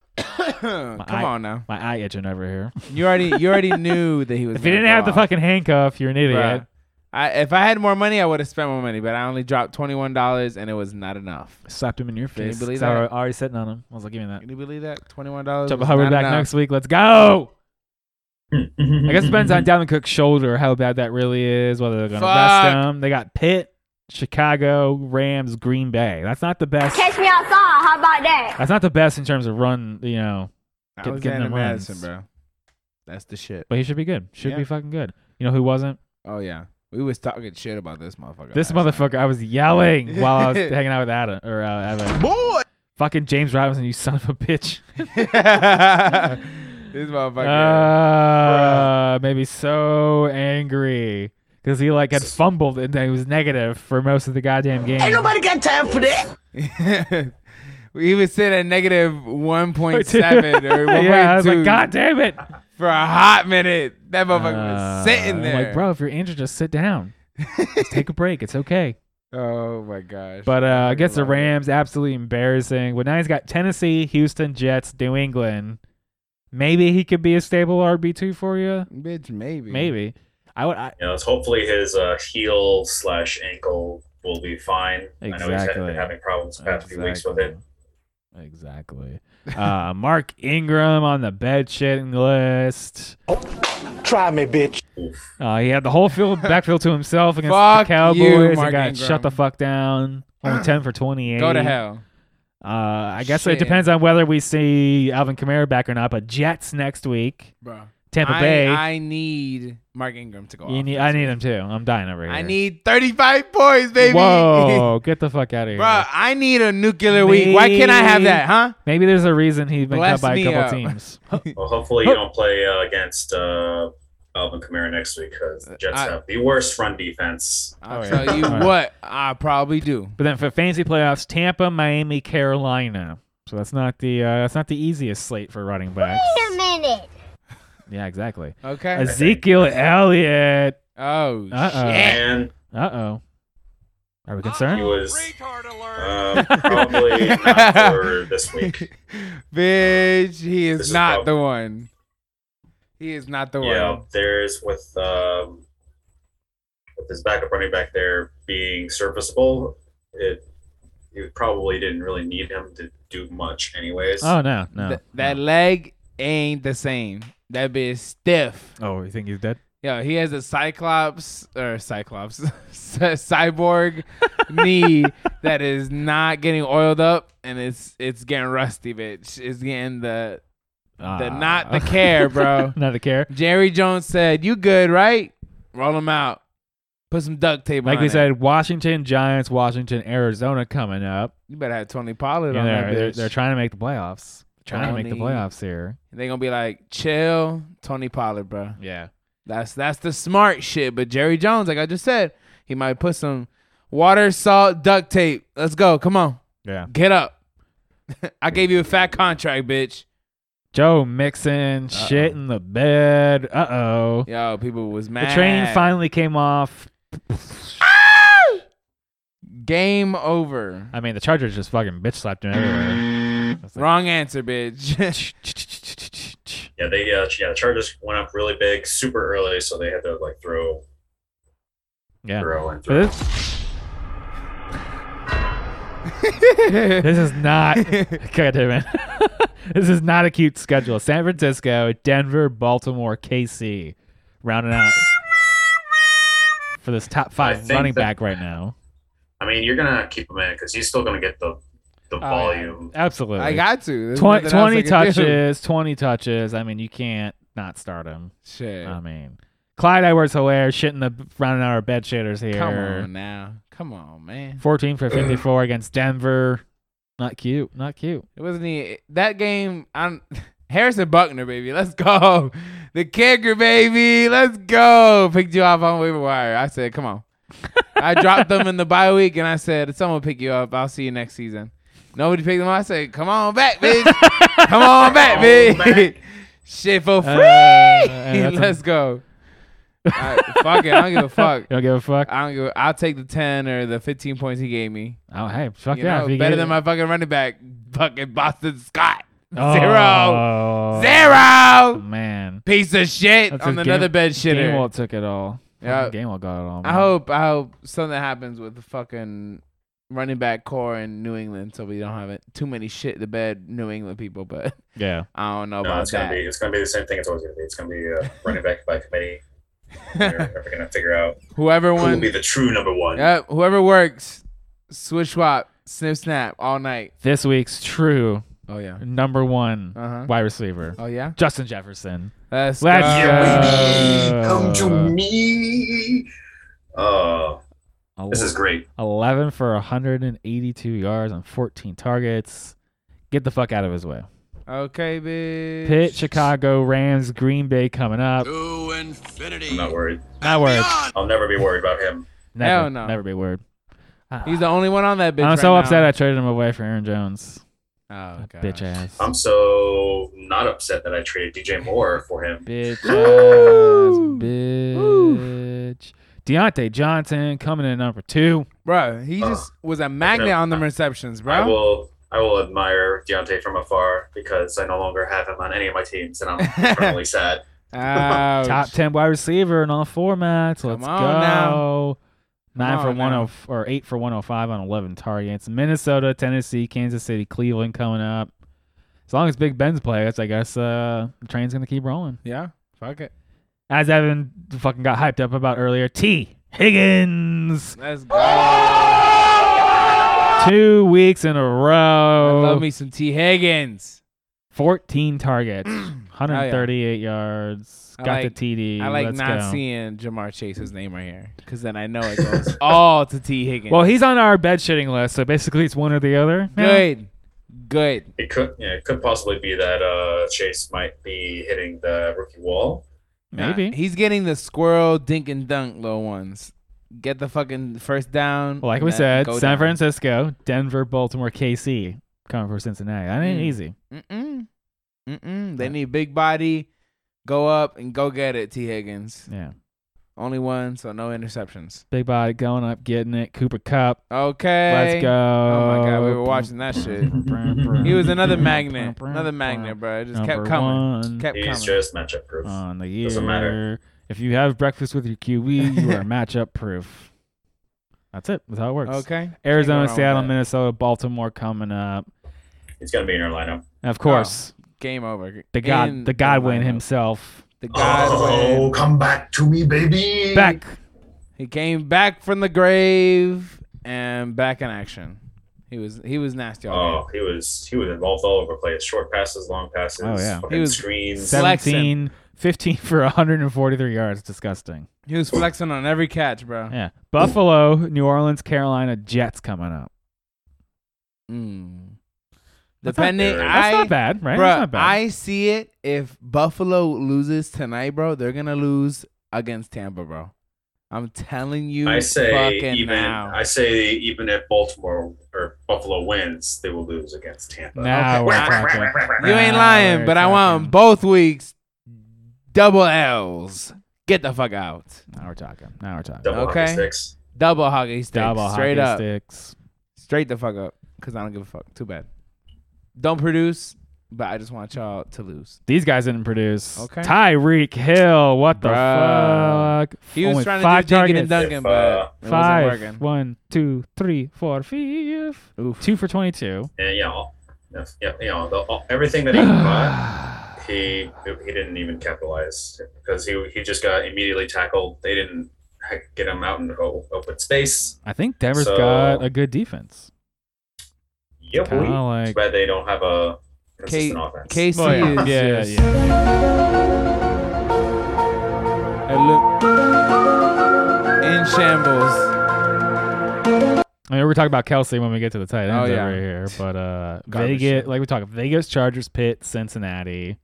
S3: Come
S1: I-
S3: on now.
S1: My eye itching over here.
S3: You already you already knew that he was.
S1: if you
S3: gonna
S1: didn't
S3: go
S1: have the
S3: off.
S1: fucking handcuff, you're an idiot.
S3: Bruh. I, if I had more money, I would have spent more money, but I only dropped twenty one dollars, and it was not enough.
S1: Slapped him in your
S3: Can you
S1: face.
S3: believe
S1: So I
S3: that?
S1: was already sitting on him. I was like, give me that.
S3: Can you believe that? Twenty one dollars.
S1: Chuba Hubbard back next week. Let's go. I guess it depends on Dalvin Cook's shoulder, how bad that really is, whether they're going to rest
S3: Fuck.
S1: him. They got Pitt, Chicago, Rams, Green Bay. That's not the best.
S4: Catch me outside, how about that?
S1: That's not the best in terms of run, you know, Get- get
S3: Alexander
S1: them runs.
S3: Madison, bro. That's the shit.
S1: but he should be good. Should
S3: Yeah.
S1: be fucking good. You know who wasn't?
S3: Oh yeah, we was talking shit about this motherfucker.
S1: This
S3: last night.
S1: motherfucker, I was yelling while I was hanging out with Adam or uh, Evan. Boy, fucking James Robinson, you son of a bitch.
S3: This motherfucker.
S1: Uh, maybe so angry because he like had fumbled and he was negative for most of the goddamn game. Ain't nobody
S3: he was sitting at negative one point seven or one
S1: yeah, I was
S3: point two
S1: like, God damn it!
S3: for a hot minute. That motherfucker
S1: Uh,
S3: was sitting
S1: I'm
S3: there.
S1: like, bro, if you're injured, just sit down. Just take a break. It's okay.
S3: Oh my gosh.
S1: But uh, I guess the
S3: love it.
S1: Rams absolutely embarrassing. Well, now he's got Tennessee, Houston, Jets, New England. Maybe he could be a stable RB two for you.
S3: bitch, maybe.
S1: Maybe. I would. I,
S2: You know, it's hopefully his uh, heel slash ankle will be fine. I know he's had,
S1: Exactly.
S2: been having problems the past few weeks with it.
S1: Exactly. uh, Mark Ingram on the bed shitting list.
S5: Try me, bitch.
S1: Uh, he had the whole field backfield to himself against
S3: Fuck
S1: the
S3: you,
S1: Cowboys. and
S3: Mark
S1: got
S3: Ingram.
S1: shut the fuck down. Only ten for twenty eight.
S3: Go to hell.
S1: Uh, I guess
S3: Shit.
S1: it depends on whether we see Alvin Kamara back or not. But Jets next week,
S3: Bro.
S1: Tampa
S3: I,
S1: Bay.
S3: I need Mark Ingram to go
S1: you
S3: off
S1: need,
S3: this
S1: I need
S3: week.
S1: him too. I'm dying over here.
S3: I need 35 points, baby.
S1: Whoa, get the fuck out of here.
S3: Bro, I need a nuclear week. Why can't I have that, huh?
S1: Maybe there's a reason he's been
S3: Bless
S1: cut by a
S3: me
S1: couple
S3: up.
S1: teams.
S2: Well, hopefully you don't play uh, against uh, Alvin Kamara next week because the Jets
S3: I-
S2: have the worst run defense.
S3: I'll
S1: Oh, yeah.
S3: tell you
S1: All right.
S3: what, I probably do.
S1: But then for fantasy playoffs, Tampa, Miami, Carolina. So that's not the uh, that's not the easiest slate for running backs.
S4: Wait a minute.
S1: Yeah, exactly.
S3: Okay.
S1: Ezekiel Elliott.
S3: Oh,
S1: Uh-oh.
S3: shit.
S2: And
S1: Uh oh. Are we
S2: he
S1: concerned?
S2: was uh, probably not for this week.
S3: Bitch, he is
S2: This is
S3: not
S2: prob-
S3: the one. He is not the
S2: Yeah,
S3: one.
S2: there's with um, with his backup running back there being serviceable. It you probably didn't really need him to do much, anyways.
S1: Oh no, no.
S3: Th- that leg ain't the same. That bitch stiff.
S1: oh, you think he's dead?
S3: Yo, he has a cyclops or cyclops, cy- cyborg knee that is not getting oiled up, and it's it's getting rusty, bitch. It's getting the the not the care, bro.
S1: Ah. not the care.
S3: Jerry Jones said, "You good, right? Roll him out. Put some duct tape
S1: Like
S3: on
S1: we
S3: it.
S1: said, Washington Giants, Washington, Arizona coming up.
S3: You better have Tony Pollard
S1: Yeah,
S3: on that
S1: they're, they're,
S3: bitch.
S1: they're trying to make the playoffs. Trying to make the
S3: Tony.
S1: playoffs here.
S3: They're gonna be like, chill, Tony Pollard, bro.
S1: Yeah.
S3: That's that's the smart shit. But Jerry Jones, like I just said, he might put some water, salt, duct tape. Let's go. Come on,
S1: Yeah.
S3: get up. I gave you a fat contract, bitch.
S1: Joe Mixon, shit in the bed. Uh oh.
S3: Yo, people was mad.
S1: The train finally came off.
S3: Game over.
S1: I mean, the Chargers just fucking bitch slapped him everywhere. It's like-
S3: Wrong answer, bitch.
S2: Yeah, they uh, yeah the Chargers went up really big super early, so they had to like throw
S1: yeah.
S2: throw and
S1: But
S2: throw.
S1: this, this is not. God damn it. this is not a cute schedule. San Francisco, Denver, Baltimore, KC, rounding out for this top
S2: I
S1: five
S2: think
S1: running
S2: that-
S1: back right now.
S2: I mean, you're gonna keep him in because he's still gonna get the the volume.
S1: Absolutely.
S3: I got to. There's
S1: Twen-
S3: nothing
S1: 20,
S3: else I can do.
S1: touches, 20 touches. I mean, you can't not start him.
S3: Shit.
S1: I mean, Clyde Edwards Hilaire shitting the rounding out our bed shitters here.
S3: Come on now. Come on, man.
S1: 14 for 54 against Denver. Not cute. Not cute.
S3: It wasn't he that game. I'm Harrison Buckner, baby. Let's go. The kicker, baby. Let's go. Picked you off on waiver wire. I said, come on. I dropped them in the bye week, and I said, someone will pick you up. I'll see you next season. Nobody picked them. up. I said, come on back, bitch. come on back,
S2: Come on
S3: bitch. Shit for free.
S1: Uh, hey, that's a-
S3: Let's go. I, fuck it. I don't give a fuck.
S1: You don't give a fuck.
S3: I don't give. A, I'll take the ten or the fifteen points he gave me.
S1: Oh, hey, fuck
S3: You
S1: yeah.
S3: know,
S1: if you
S3: better
S1: get-
S3: than my fucking running back, fucking Boston Scott. Zero.
S1: Oh,
S3: Zero.
S1: Man.
S3: Piece of shit.
S1: That's
S3: on
S1: a
S3: another
S1: game-
S3: bed shitter.
S1: Gamewell took it all.
S3: Yeah.
S1: Fucking Gamewell got it all.
S3: I
S1: man.
S3: hope I hope something happens with the fucking running back core in New England so we don't have it too many shit to bed New England people, but
S1: Yeah.
S3: I don't know
S2: No,
S3: about
S2: it's gonna
S3: that.
S2: be it's gonna be the same thing. It's always gonna be. It's gonna be uh, running back by committee. They're never gonna figure out
S3: Whoever
S2: who will be
S3: won
S2: the true number one.
S3: Yep, whoever works, switch swap, snip snap all night.
S1: This week's true
S3: Oh yeah.
S1: number one
S3: Uh-huh.
S1: wide receiver,
S3: Oh yeah?
S1: Justin Jefferson.
S3: Let's,
S1: Let's uh,
S2: Yeah,
S1: go.
S2: Come to me. Uh, this is great.
S1: 11 for 182 yards on 14 targets. Get the fuck out of his way.
S3: Okay, bitch.
S1: Pitt, Chicago, Rams, Green Bay coming up.
S6: To infinity.
S2: I'm not worried.
S1: Not worried.
S2: I'll never be worried about him.
S1: Never,
S3: Hell no.
S1: Never be worried. Ah,
S3: He's the only one on that bitch.
S1: I'm
S3: right
S1: so
S3: now.
S1: upset I traded him away for Aaron Jones.
S3: Oh, God.
S1: Bitch ass.
S2: I'm so not upset that I traded DJ Moore for him.
S1: Bitch ass.
S3: Woo.
S1: Bitch. Deontay Johnson coming in number two.
S3: Bro, he
S2: Uh,
S3: just was a magnet
S2: okay.
S3: on them receptions, bro.
S2: I will I will admire Deontay from afar because I no longer have him on any of my teams, and I'm eternally sad.
S3: Ouch.
S1: Top ten wide receiver in all formats.
S3: Come
S1: Let's
S3: on
S1: go. Nine
S3: Come
S1: for
S3: on
S1: one
S3: now.
S1: oh or eight for one oh five on eleven targets. Minnesota, Tennessee, Kansas City, Cleveland coming up. As long as Big Ben's plays, I guess uh, the train's gonna keep rolling.
S3: Yeah. Fuck it.
S1: As Evan fucking got hyped up about earlier, T. Higgins.
S3: Let's go.
S1: Two weeks in a
S3: I
S1: row.
S3: love me some T. Higgins.
S1: 14 targets, 138 yards.
S3: Oh, I
S1: Got
S3: like-
S1: the TD.
S3: I like
S1: Let's
S3: not
S1: go.
S3: seeing Jamar Chase's name right here because then I know it goes all to T. Higgins.
S1: Well, he's on our bed shitting list, so basically it's one or the other. Yeah.
S3: good. Good.
S2: It could yeah, it could possibly be that uh, Chase might be hitting the rookie wall.
S1: Maybe.
S3: Nah, he's getting the squirrel dink and dunk little ones. Get the fucking first down.
S1: Well, like
S3: and
S1: we
S3: then
S1: said,
S3: go
S1: San
S3: down.
S1: Francisco, Denver, Baltimore, KC coming for Cincinnati. That ain't
S3: Mm.
S1: easy.
S3: Mm-mm. Mm-mm. They need big body. Go up and go get it, T. Higgins.
S1: Yeah.
S3: Only one, so no interceptions.
S1: Big body going up, getting it. Cooper Cup.
S3: Okay.
S1: Let's go.
S3: Oh my god, we were watching that shit. He was another magnet. Another magnet, bro. It just
S1: Number
S3: kept coming.
S1: one.
S3: Just kept
S2: He's
S3: coming. Uh.
S2: just matchup proof.
S1: on the year.
S2: Doesn't matter.
S1: If you have breakfast with your QB, you are matchup proof. That's it. That's how it works.
S3: Okay.
S1: Arizona,
S3: Can't go wrong
S1: Seattle,
S3: with that.
S1: Minnesota, Baltimore coming up.
S2: He's gonna be in our lineup.
S1: And of course,
S3: Game over.
S1: the God,
S3: Oh, In
S1: the Godwin
S3: lineup.
S1: himself,
S3: The Godwin.
S2: Oh, come back to me, baby.
S1: back.
S3: He came back from the grave and back in action. He was he was nasty all
S2: Oh, he was he was involved all over the place. Short passes, long passes,
S1: Oh, yeah.
S2: fucking
S3: He was-
S2: screens.
S3: Sep- Flexing.
S1: 17, 15 for 143 yards. Disgusting.
S3: game. He was flexing on every catch, bro.
S1: Yeah. Buffalo, New Orleans, Carolina, Jets coming up.
S3: Mm.
S1: That's not-
S3: Depending,
S1: That's
S3: I
S1: not bad, right?
S3: Bruh,
S1: that's not bad.
S3: I see it. If Buffalo loses tonight, bro, they're gonna lose against Tampa, bro. I'm telling you,
S2: I say
S3: fucking
S2: even
S3: now.
S2: I say even if Baltimore or Buffalo wins, they will lose against Tampa.
S1: now
S3: Okay.
S1: we're
S3: Whack,
S1: talking.
S3: you ain't
S1: Now
S3: lying,
S1: we're
S3: but I
S1: talking.
S3: want both weeks double L's. Get the fuck out.
S1: Now we're talking. Now we're talking.
S2: Double hockey
S3: Okay.
S2: sticks.
S3: Double hockey sticks,
S1: Double
S3: straight
S1: hockey
S3: up,
S1: sticks.
S3: straight the fuck up. Cause I don't give a fuck. Too bad. Don't produce, but I just want y'all to lose.
S1: These guys didn't produce.
S3: Okay.
S1: Tyreek Hill, what the
S3: Bruh.
S1: fuck?
S3: He was
S1: Only
S3: trying
S1: five
S3: to do Duncan and
S1: targets.
S3: Duncan,
S2: If, uh,
S3: but it wasn't
S1: Five.
S3: working.
S1: One, two, three, four, five.
S3: Oof.
S1: Two for twenty-two.
S2: And you know, Uh, oh, yes, yeah, you know, the, all- everything that he bought, he he didn't even capitalize because he he just got immediately tackled. They didn't get him out in o- open space.
S1: I think Denver's
S2: So-
S1: got a good defense.
S2: Yep.
S1: Kinda
S2: Too
S1: like
S2: bad they don't have a
S3: K-
S2: consistent offense.
S3: KC
S1: Well, Oh, yeah.
S3: is
S1: Yeah,
S3: just-
S1: yeah,
S3: I look- in shambles.
S1: I mean, we're talking about Kelsey when we get to the tight ends
S3: Oh, yeah.
S1: over here, but uh,
S3: Garbage
S1: Vegas,
S3: shit.
S1: like we talked, Vegas, Chargers, Pitt, Cincinnati.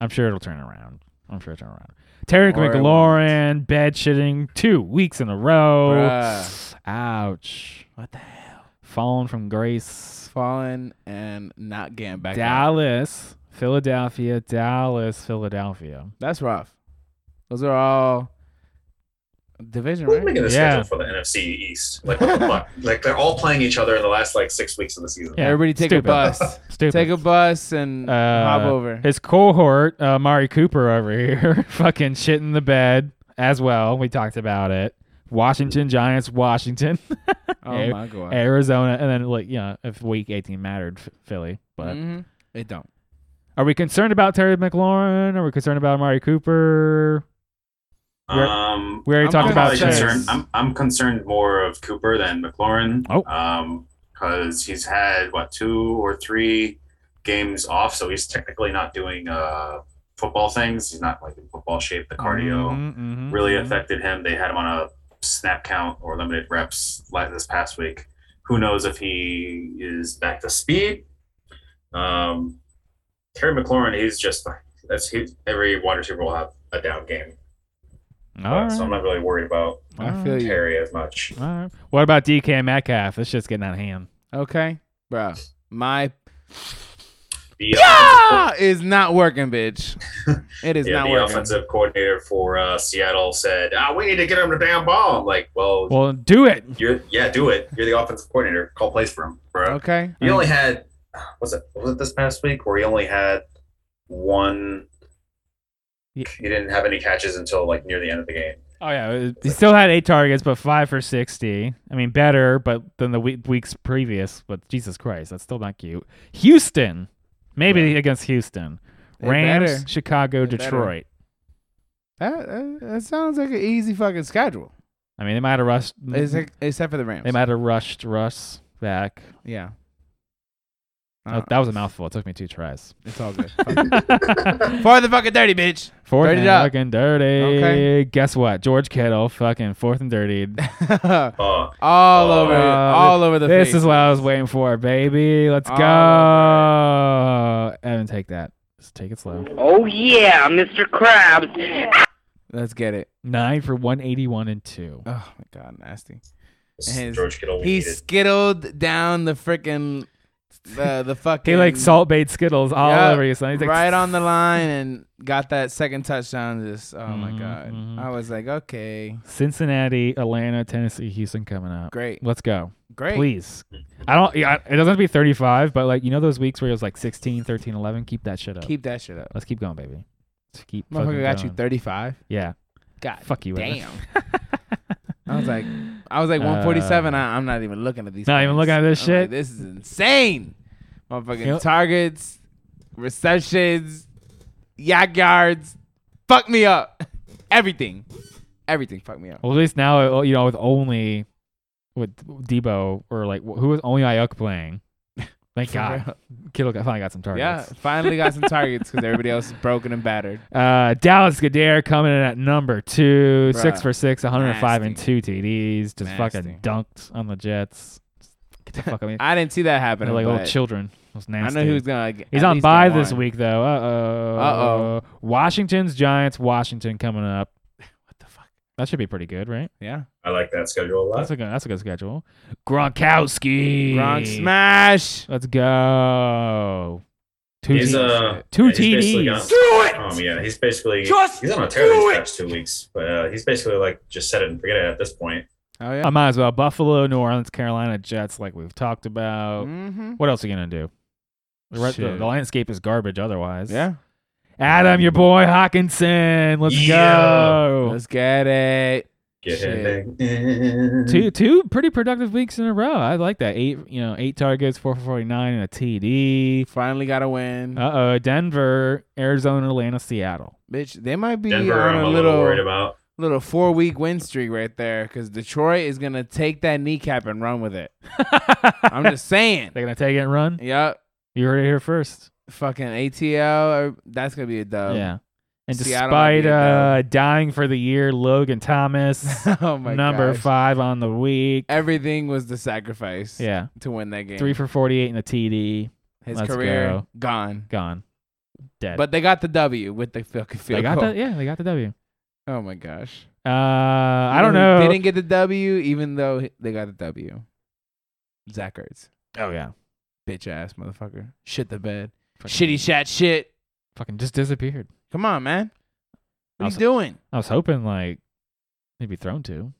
S1: I'm sure it'll turn around. I'm sure it'll turn around. Tarek
S3: Or it
S1: McLaurin, bed shitting two weeks in a row.
S3: Bruh.
S1: Ouch.
S3: What the hell?
S1: Fallen from grace.
S3: Fallen and not getting back. up.
S1: Dallas, Philadelphia, Dallas, Philadelphia.
S3: That's rough. Those are all division,
S2: Who's
S3: right?
S2: making the
S1: Yeah.
S2: schedule for the NFC East? Like what the fuck? Like they're all playing each other in the last like six weeks of the season.
S1: Yeah,
S3: Everybody take
S1: stupid.
S3: a bus.
S1: Stupid.
S3: take a bus and
S1: Uh,
S3: hop over.
S1: His cohort, uh, Mari Cooper over here, fucking shit in the bed as well. We talked about it. Washington Giants, Washington,
S3: Oh
S1: Air-
S3: my god.
S1: Arizona, and then like you know, if Week 18 mattered, F- Philly. But
S3: Mhm. It don't.
S1: are we concerned about Terry McLaurin? Are we concerned about Amari Cooper? We're-
S2: Um,
S1: We already
S3: I'm
S1: talked
S2: I'm
S1: about
S2: probably
S3: Chase.
S2: concerned. I'm, I'm concerned more of Cooper than McLaurin.
S1: Oh.
S2: because he's had what two or three games off, so he's technically not doing uh football things. He's not like in football shape. The cardio
S1: Mhm, mhm,
S2: really
S1: mhm.
S2: affected him. They had him on a snap count or limited reps like this past week. Who knows if he is back to speed? Um, Terry McLaurin, he's just fine. That's he, every wide receiver will have a down game,
S1: All
S2: Uh, so I'm
S1: right.
S2: not really worried about
S3: I feel you.
S2: Terry as much.
S1: All right. What about DK Metcalf? This shit's getting out of hand.
S3: Okay, bro. My
S2: The,
S3: ah, is not working, bitch. It is
S2: yeah,
S3: not
S2: the
S3: working.
S2: offensive coordinator for uh, Seattle said, ah, "We need to get him the damn ball." I'm like, well,
S1: Well, do it.
S2: you're yeah, do it. You're the offensive coordinator. Call plays for him, bro.
S3: Okay.
S2: He only had was it was it this past week where he only had one.
S1: Ye-
S2: He didn't have any catches until like near the end of the game.
S1: Oh yeah, it- he still had eight targets, but five for sixty. I mean, better, but than the week, weeks previous. But Jesus Christ, that's still not cute. Houston, maybe against Houston,
S3: They
S1: Rams,
S3: better.
S1: Chicago,
S3: They better.
S1: Detroit.
S3: That, that, that sounds like an easy fucking schedule.
S1: I mean, they might have rushed.
S3: Except, except for the Rams.
S1: Mm-hmm. They might have rushed Russ back.
S3: Yeah.
S1: That-
S3: Uh,
S1: Oh, that was a mouthful. It took me two tries.
S3: it's all good. For the fucking dirty, bitch.
S1: Fourth
S3: Dirtied
S1: and
S3: up.
S1: fucking dirty.
S3: Okay.
S1: Guess what? George Kittle, fucking fourth and dirty.
S2: Oh,
S3: all over,
S2: Oh,
S3: all over the
S1: Uh, this
S3: face. Oh,
S1: is what I was waiting for, baby. Let's
S3: All
S1: go. Evan, take that. Just take it slow.
S6: Oh yeah, Mr. Krabs.
S3: Let's get it.
S1: Nine for 181 and two.
S3: Oh my god, nasty.
S2: this
S3: His-
S2: George Kittle. We
S3: He
S2: needed.
S3: skittled down the freaking the the fucking.
S1: He like salt bait Skittles all
S3: Yeah,
S1: over you, son. He's like,
S3: right on the line and got that second touchdown. Just oh my
S1: Mhm,
S3: god,
S1: mhm.
S3: I was like, okay,
S1: Cincinnati, Atlanta, Tennessee, Houston coming up.
S3: great,
S1: Let's go.
S3: great.
S1: Please. I don't, yeah, it doesn't have to be 35, but like, you know, those weeks where it was like 16, 13, 11, keep that shit up.
S3: Keep that shit up.
S1: Let's keep going, baby. Let's keep fucking
S3: Motherfucker got you
S1: going.
S3: thirty five.
S1: Yeah.
S3: God,
S1: Fuck you, Evan.
S3: Damn. I was like, I was like one forty seven.
S1: Uh,
S3: I'm not even looking at these.
S1: not even
S3: points.
S1: looking at this
S3: I'm like,
S1: shit?
S3: this is insane. Motherfucking
S1: Yep.
S3: targets, receptions, yak yards. Fuck me up. Everything, everything. Fuck me up.
S1: Well, at least now, uh, you know, with only with Debo or like wh- who was only Ayuk playing. Thank
S3: For
S1: God,
S3: real.
S1: Kittle got, finally got some
S3: Yeah,
S1: targets.
S3: finally got some targets because everybody else is broken and battered.
S1: Uh, Dallas Goddard coming in at number two, six
S3: Bruh.
S1: for six, 105 and
S3: Nasty.
S1: two TDs, just
S3: Nasty.
S1: fucking dunked on the Jets. Get the fuck out of here.
S3: I didn't see that
S1: They're
S3: happening.
S1: like little
S3: but
S1: children. It was
S3: I
S1: nasty.
S3: know who's gonna. Like,
S1: He's
S3: at
S1: on
S3: least
S1: bye
S3: get
S1: this
S3: one.
S1: week though. Uh oh.
S3: Uh-oh.
S1: Washington's Giants. Washington coming up.
S3: What the fuck?
S1: That should be pretty good, right?
S3: Yeah.
S2: I like that schedule a lot.
S1: That's a good. That's a good schedule. Gronkowski.
S3: Gronk smash.
S1: Let's go. Two
S2: He's,
S1: TDs.
S2: uh,
S1: Two
S2: yeah, he's basically
S1: TDs. Oh,
S2: Um, yeah, he's basically he's on a tear these past two weeks, but uh, he's basically like just set it and forget it at this point.
S3: Oh yeah.
S1: I might as well. Buffalo, New Orleans, Carolina, Jets, like we've talked about.
S3: mm-hmm.
S1: What else are you gonna do? The, rest, the,
S3: Shit.
S1: the landscape is garbage otherwise.
S3: Yeah.
S1: Adam, your boy Hawkinson. Let's
S2: Yeah.
S1: go.
S3: Let's get it.
S2: Get
S3: Shit.
S2: him in.
S1: Two two pretty productive weeks in a row. I like that. Eight you know eight targets, four for forty nine, and a TD.
S3: Finally got a win.
S1: Uh oh, Denver, Arizona, Atlanta, Seattle.
S3: Bitch, they might be
S2: Denver,
S3: on
S2: I'm
S3: a
S2: a little
S3: little
S2: worried
S3: little,
S2: about.
S3: four week win streak right there because Detroit is gonna take that kneecap and run with it. I'm just saying.
S1: They're gonna take it and run.
S3: Yep.
S1: You heard it here first.
S3: Fucking ATL. uh, That's gonna be a dub.
S1: Yeah. And
S3: Seattle might
S1: despite
S3: be a
S1: uh, dying for the year, Logan Thomas,
S3: oh my
S1: number
S3: gosh.
S1: five on the week.
S3: Everything was the sacrifice.
S1: Yeah.
S3: To win that game.
S1: Three for 48 and a TD.
S3: His
S1: Let's
S3: career
S1: go.
S3: gone.
S1: Gone. Dead.
S3: But they got the W with the fucking field
S1: they got
S3: goal.
S1: the, yeah, they got the W.
S3: Oh my gosh.
S1: Uh, I don't
S3: You who
S1: know.
S3: Didn't get the W even though he- they got the W. Zach Ertz.
S1: oh, yeah.
S3: bitch ass motherfucker. Shit the bed.
S1: Fucking-
S3: Shitty chat shit.
S1: Fucking just disappeared.
S3: Come on, man. What
S1: Also-
S3: you doing?
S1: I was hoping, like, he'd be thrown to.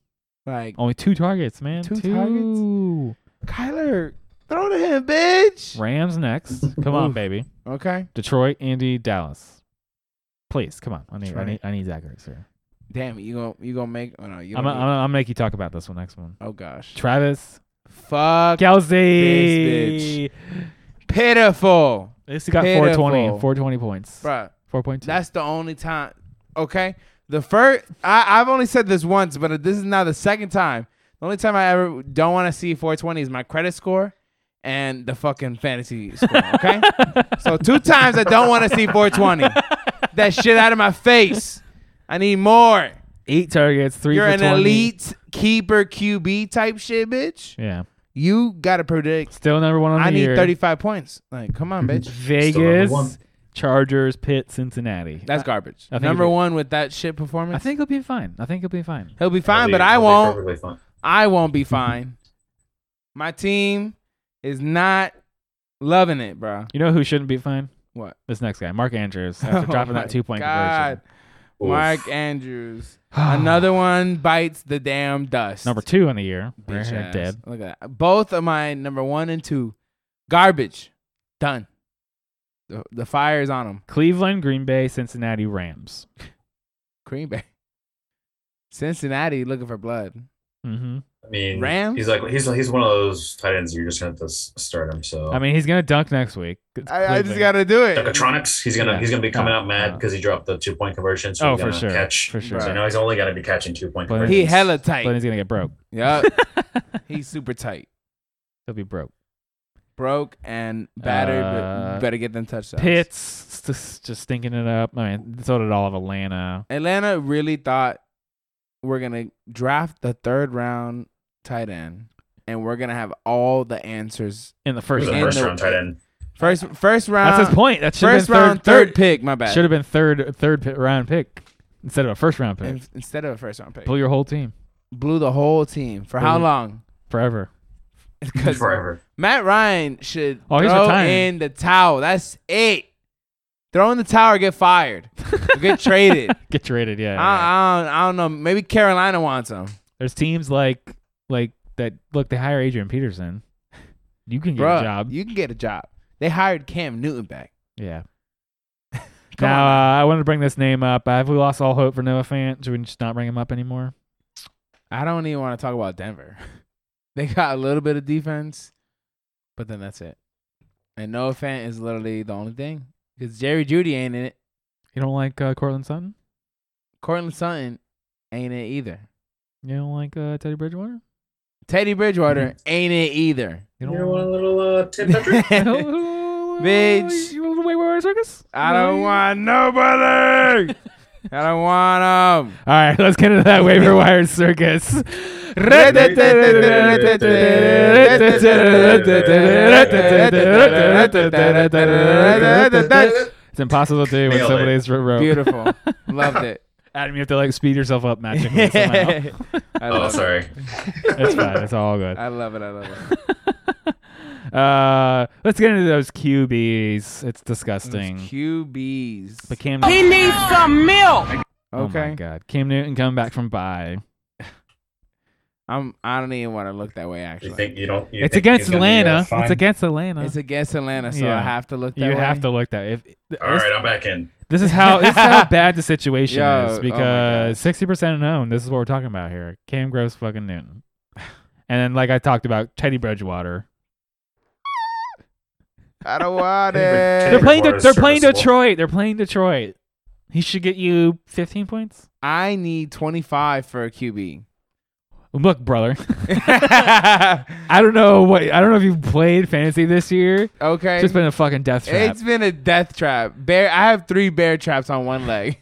S3: Like
S1: Only two targets, man.
S3: Two
S1: Two.
S3: Kyler, throw to him, bitch.
S1: Rams next. Come on,
S3: Oof.
S1: baby.
S3: Okay.
S1: Detroit, Indy, Dallas. Please, come on. I need, I
S3: Detroit.
S1: need, I need Zachary, sir.
S3: Damn, you gonna you gonna make? Oh no, you.
S1: I'm,
S3: Gonna
S1: I'm, I'm gonna make you talk about this one next one.
S3: oh gosh.
S1: Travis
S3: Fuck.
S1: Kelsey.
S3: This Pitiful,
S1: This got
S3: Pitiful.
S1: 420, 420 points.
S3: Bruh.
S1: 4.2.
S3: That's the only time. Okay. The first, I, I've only said this once, but this is now the second time. The only time I ever don't want to see 420 is my credit score and the fucking fantasy score. Okay. so two times I don't want to see 420. That shit out of my face. I need more.
S1: eight targets, 3
S3: You're
S1: for
S3: an
S1: 20.
S3: elite keeper QB type shit, bitch.
S1: Yeah.
S3: You gotta predict.
S1: Still number one on
S3: I
S1: the
S3: need
S1: year.
S3: 35 points. Like, come on, bitch.
S2: Still number
S1: Vegas,
S2: one.
S1: Chargers, Pitt, Cincinnati.
S3: That's
S1: I-
S3: garbage.
S1: I think
S3: Number
S1: it'd be-
S3: one with that shit performance.
S1: I think he'll be fine. I think he'll be fine.
S3: he'll be fine,
S2: It'll
S3: but
S2: be-
S3: I
S2: it'll be
S3: won't.
S2: perfectly fine.
S3: I won't
S1: Mm-hmm.
S3: be fine. My team is not loving it, bro.
S1: You know who shouldn't be fine?
S3: What?
S1: This next guy, Mark Andrews, after
S3: Oh
S1: dropping
S3: my
S1: that two point
S3: God.
S1: conversion.
S2: Oof.
S3: Mark Andrews. Another one bites the damn dust.
S1: Number two on the year.
S3: Bitch
S1: Right,
S3: ass.
S1: Dead.
S3: Look at that. Both of my number one and two, garbage. Done. The, the fire is on them.
S1: Cleveland, Green Bay, Cincinnati, Rams.
S3: Green Bay. Cincinnati looking for blood.
S1: hmm
S2: I mean,
S3: Rams?
S2: He's like he's he's one of those tight ends you're just gonna have to s- start him. So
S1: I mean, he's gonna dunk next week. It's
S3: I, I just
S1: Cleveland.
S3: gotta do it.
S2: Decatronics, he's gonna
S1: Yeah.
S2: he's gonna be coming
S1: Uh,
S2: out mad
S1: uh.
S2: because he dropped the two point conversion. So
S1: Oh,
S2: he's
S1: for
S2: gonna
S1: sure.
S2: catch.
S1: For sure.
S2: So now he's only gonna be catching two point
S1: But-
S2: conversions.
S3: He hella
S1: But
S3: tight.
S1: he's gonna get broke.
S3: Yup. He's super tight.
S1: He'll be broke.
S3: Broke and battered, but
S1: Uh,
S3: you better get them touchdowns.
S1: Pitts just, just stinking it up. I mean, so did all of Atlanta.
S3: Atlanta really thought we're gonna draft the third round tight end, and we're gonna have all the answers.
S1: in the
S2: He
S1: first
S2: was a
S3: And
S1: round.
S2: first
S3: the-
S2: round tight end.
S3: First, first round.
S1: That's his point. That should
S3: First
S1: have been
S3: round,
S1: third,
S3: third, pick. My bad.
S1: Should have been third third pi- round pick instead of a first round pick.
S3: In- instead of a first round pick.
S1: Pull your whole team
S3: Blew the whole team for how
S1: Blew-
S3: long?
S1: forever.
S3: 'Cause
S2: Forever.
S3: Matt Ryan should
S1: Oh, he's
S3: throw
S1: retiring.
S3: in the towel. That's it. Throw in the towel. Or get fired. Or get traded.
S1: Get traded. Yeah.
S3: I,
S1: yeah.
S3: I, don't, I don't know. Maybe Carolina wants him.
S1: There's teams like like that. Look, they hire Adrian Peterson. You can get
S3: Bruh,
S1: a job.
S3: You can get a job. They hired Cam Newton back.
S1: yeah.
S3: Come
S1: Now
S3: on.
S1: uh, I wanted to bring this name up. Have we lost all hope for Noah Fant? Should we just not bring him up anymore?
S3: I don't even want to talk about Denver. they got a little bit of defense, but then that's it. And Noah Fant is literally the only thing because Jerry Judy ain't in it.
S1: You don't like uh, Cortland Sutton?
S3: Cortland Sutton ain't it either.
S1: You don't like uh, Teddy Bridgewater?
S3: Teddy Bridgewater ain't it either.
S1: You
S2: You
S1: don't
S2: know, want a little uh, tip Patrick?
S3: Bitch.
S1: You want to wait for our circus?
S3: I don't want nobody. I don't want him.
S1: All right, let's get into that waiver wire circus. It's impossible to do when
S2: Nailed it.
S1: somebody's rope.
S3: Beautiful. Loved it.
S1: Adam, you have to like speed yourself up magically somehow.
S3: I
S2: oh,
S3: love it.
S2: sorry.
S1: It's fine. It's all good.
S3: I love it. I love it.
S1: Uh, let's get into those QBs. It's disgusting.
S3: It's QBs.
S1: But Cam,
S6: He needs some milk.
S1: oh
S3: okay.
S1: my God, Cam Newton coming back from bye.
S3: I'm I don't even want to look that way
S2: You
S3: actually.
S2: think you don't? You
S1: It's
S2: think
S1: against
S2: he's gonna be, uh,
S1: Atlanta. It's
S2: fine?
S1: against Atlanta.
S3: It's against Atlanta, so I
S1: Yeah.
S3: have to look that
S1: you
S3: way.
S1: have to look that. If this,
S2: All right, I'm back in.
S1: this is how this is how bad the situation
S3: Yo, oh
S1: is
S3: my
S1: because
S3: God.
S1: sixty percent unknown. This is what we're talking about here. Cam Gross, fucking Newton, and then like I talked about Teddy Bridgewater.
S3: I don't want
S2: They're
S1: They're
S3: it.
S2: Bridgewater.
S1: playing.
S2: Bridgewater's
S1: they're playing
S2: serviceable.
S1: Detroit. They're playing Detroit. He should get you fifteen points.
S3: I need 25 for a QB.
S1: Look, brother.
S3: okay.
S1: I don't know what I don't know if you've played fantasy this year. It's just been a fucking death trap.
S3: It's been a death trap. Bear I have 3 bear traps on one leg.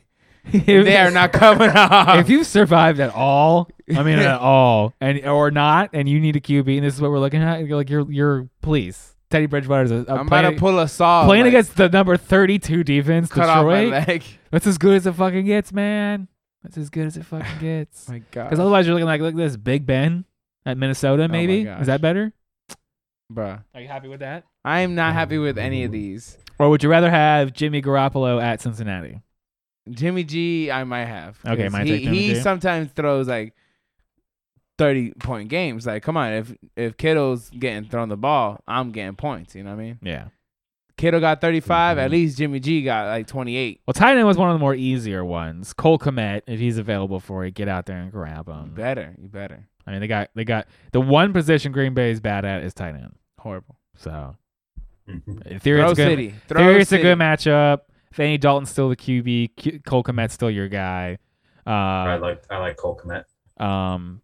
S3: they are not coming off.
S1: If you've survived at all, I mean at all, and or not, and you need a QB, and this is what we're looking at, you're like you're you're please. Teddy Bridgewater's a, a
S3: I'm
S1: playing,
S3: about to pull a saw.
S1: playing
S3: like,
S1: against the number thirty two defense,
S3: cut off my
S1: Detroit.
S3: leg.
S1: That's as good as it fucking gets, man. That's as good as it fucking gets.
S3: Oh my god. Oh
S1: Because otherwise you're looking like look at this Big Ben at Minnesota,
S3: my
S1: maybe.
S3: gosh.
S1: is that better?
S3: Bruh.
S1: Are you happy with that?
S3: I am not happy with any of these.
S1: Or would you rather have Jimmy Garoppolo at Cincinnati?
S3: Jimmy G, I might have.
S1: Okay,
S3: 'Cause
S1: might
S3: he,
S1: take Jimmy
S3: he
S1: G.
S3: sometimes throws like thirty point games. Like, come on, if if Kittle's getting thrown the ball, I'm getting points. You know what I mean?
S1: Yeah.
S3: Kittle got thirty
S1: Mm-hmm.
S3: At least Jimmy G got like twenty eight.
S1: Well, tight end was one of the more easier ones. Cole Komet, if he's available for you, get out there and grab
S3: You
S1: him.
S3: better, you better.
S1: I mean, they got they got the one position Green Bay is bad at is tight end.
S3: Horrible.
S1: So
S2: Mhm.
S1: in theory,
S3: Throw
S1: it's a good,
S3: City.
S1: in theory
S3: Throw
S1: it's a
S3: City.
S1: good matchup. Fanny Dalton's still the QB. Q- Cole Komet's still your guy.
S2: I
S1: Uh,
S2: like I like Cole Komet.
S1: um,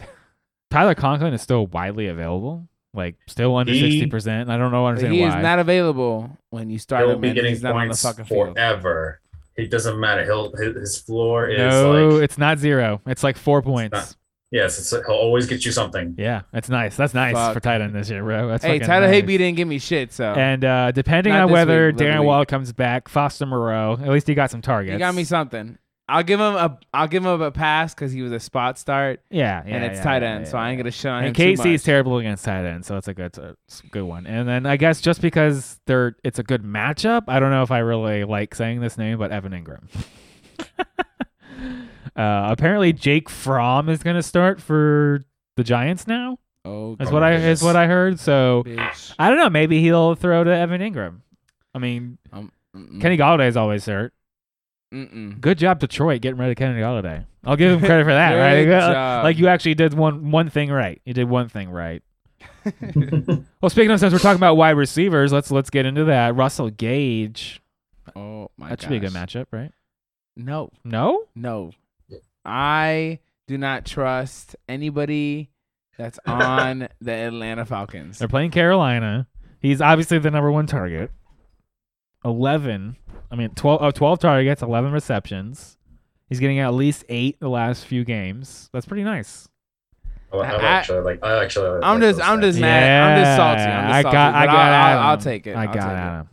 S1: Tyler Conklin is still widely available. Like still under
S2: He-
S1: sixty percent. I don't know. I
S3: But
S1: understand
S3: He
S1: why.
S3: is not available when you start
S2: He'll
S3: him.
S2: be
S3: And
S2: getting
S3: he's not on the
S2: points
S3: fucking field.
S2: forever. It doesn't matter. He'll his, his floor is
S1: no,
S2: like
S1: it's not zero. It's like four points.
S2: not- Yes, it's, he'll always get you something.
S1: Yeah, that's nice. That's nice
S3: Fuck.
S1: for tight end this year, bro. That's
S3: Hey,
S1: fucking
S3: Tyler
S1: nice.
S3: Higby didn't give me shit, so
S1: And uh, depending
S3: Not
S1: on
S3: this
S1: whether
S3: week, the other
S1: Darren
S3: week.
S1: Waller comes back, Foster Moreau, at least he got some targets.
S3: he got me something. I'll give him a I'll give him a pass because he was a spot start
S1: Yeah, yeah,
S3: and it's
S1: yeah,
S3: tight
S1: yeah,
S3: end,
S1: yeah,
S3: so I ain't
S1: yeah.
S3: gonna shit on him
S1: And
S3: too
S1: KC is
S3: much.
S1: terrible against tight end, so it's a good, it's a good one. And then I guess just because they're, it's a good matchup. I don't know if I really like saying this name, but Evan Ingram. uh, apparently, Jake Fromm is going to start for the Giants now.
S3: Oh,
S1: Is what I is what I heard. So
S3: bitch.
S1: I don't know. Maybe he'll throw to Evan Ingram. I mean,
S3: Mm-mm.
S1: Kenny Galladay's always hurt.
S3: Mm-mm.
S1: Good job, Detroit, getting rid of Kenny Galladay. I'll give him credit for that,
S3: Good
S1: right?
S3: job.
S1: Like you actually did one one thing right. You did one thing right.
S2: Oh,
S1: well, speaking of since we're talking about wide receivers, let's let's get into that. Russell Gage.
S3: Oh my
S1: that should be a good
S3: gosh.
S1: matchup, right?
S3: No,
S1: No?
S3: no, I do not trust anybody that's on the Atlanta Falcons.
S1: They're playing Carolina. He's obviously the number one target. Eleven. I mean twelve of twelve targets, eleven receptions. He's getting at least eight the last few games. That's pretty nice.
S2: I, I
S3: I-
S2: actually like. I actually. like
S3: I'm just,
S2: those
S3: I'm
S2: things.
S3: just mad. I'm just salty. I'm
S1: Yeah,
S3: just salty.
S1: I got, I
S3: but
S1: got
S3: I'll,
S1: at
S3: I'll, I'll
S1: him.
S3: take it.
S1: I
S3: I'll
S1: got
S3: take
S1: at him.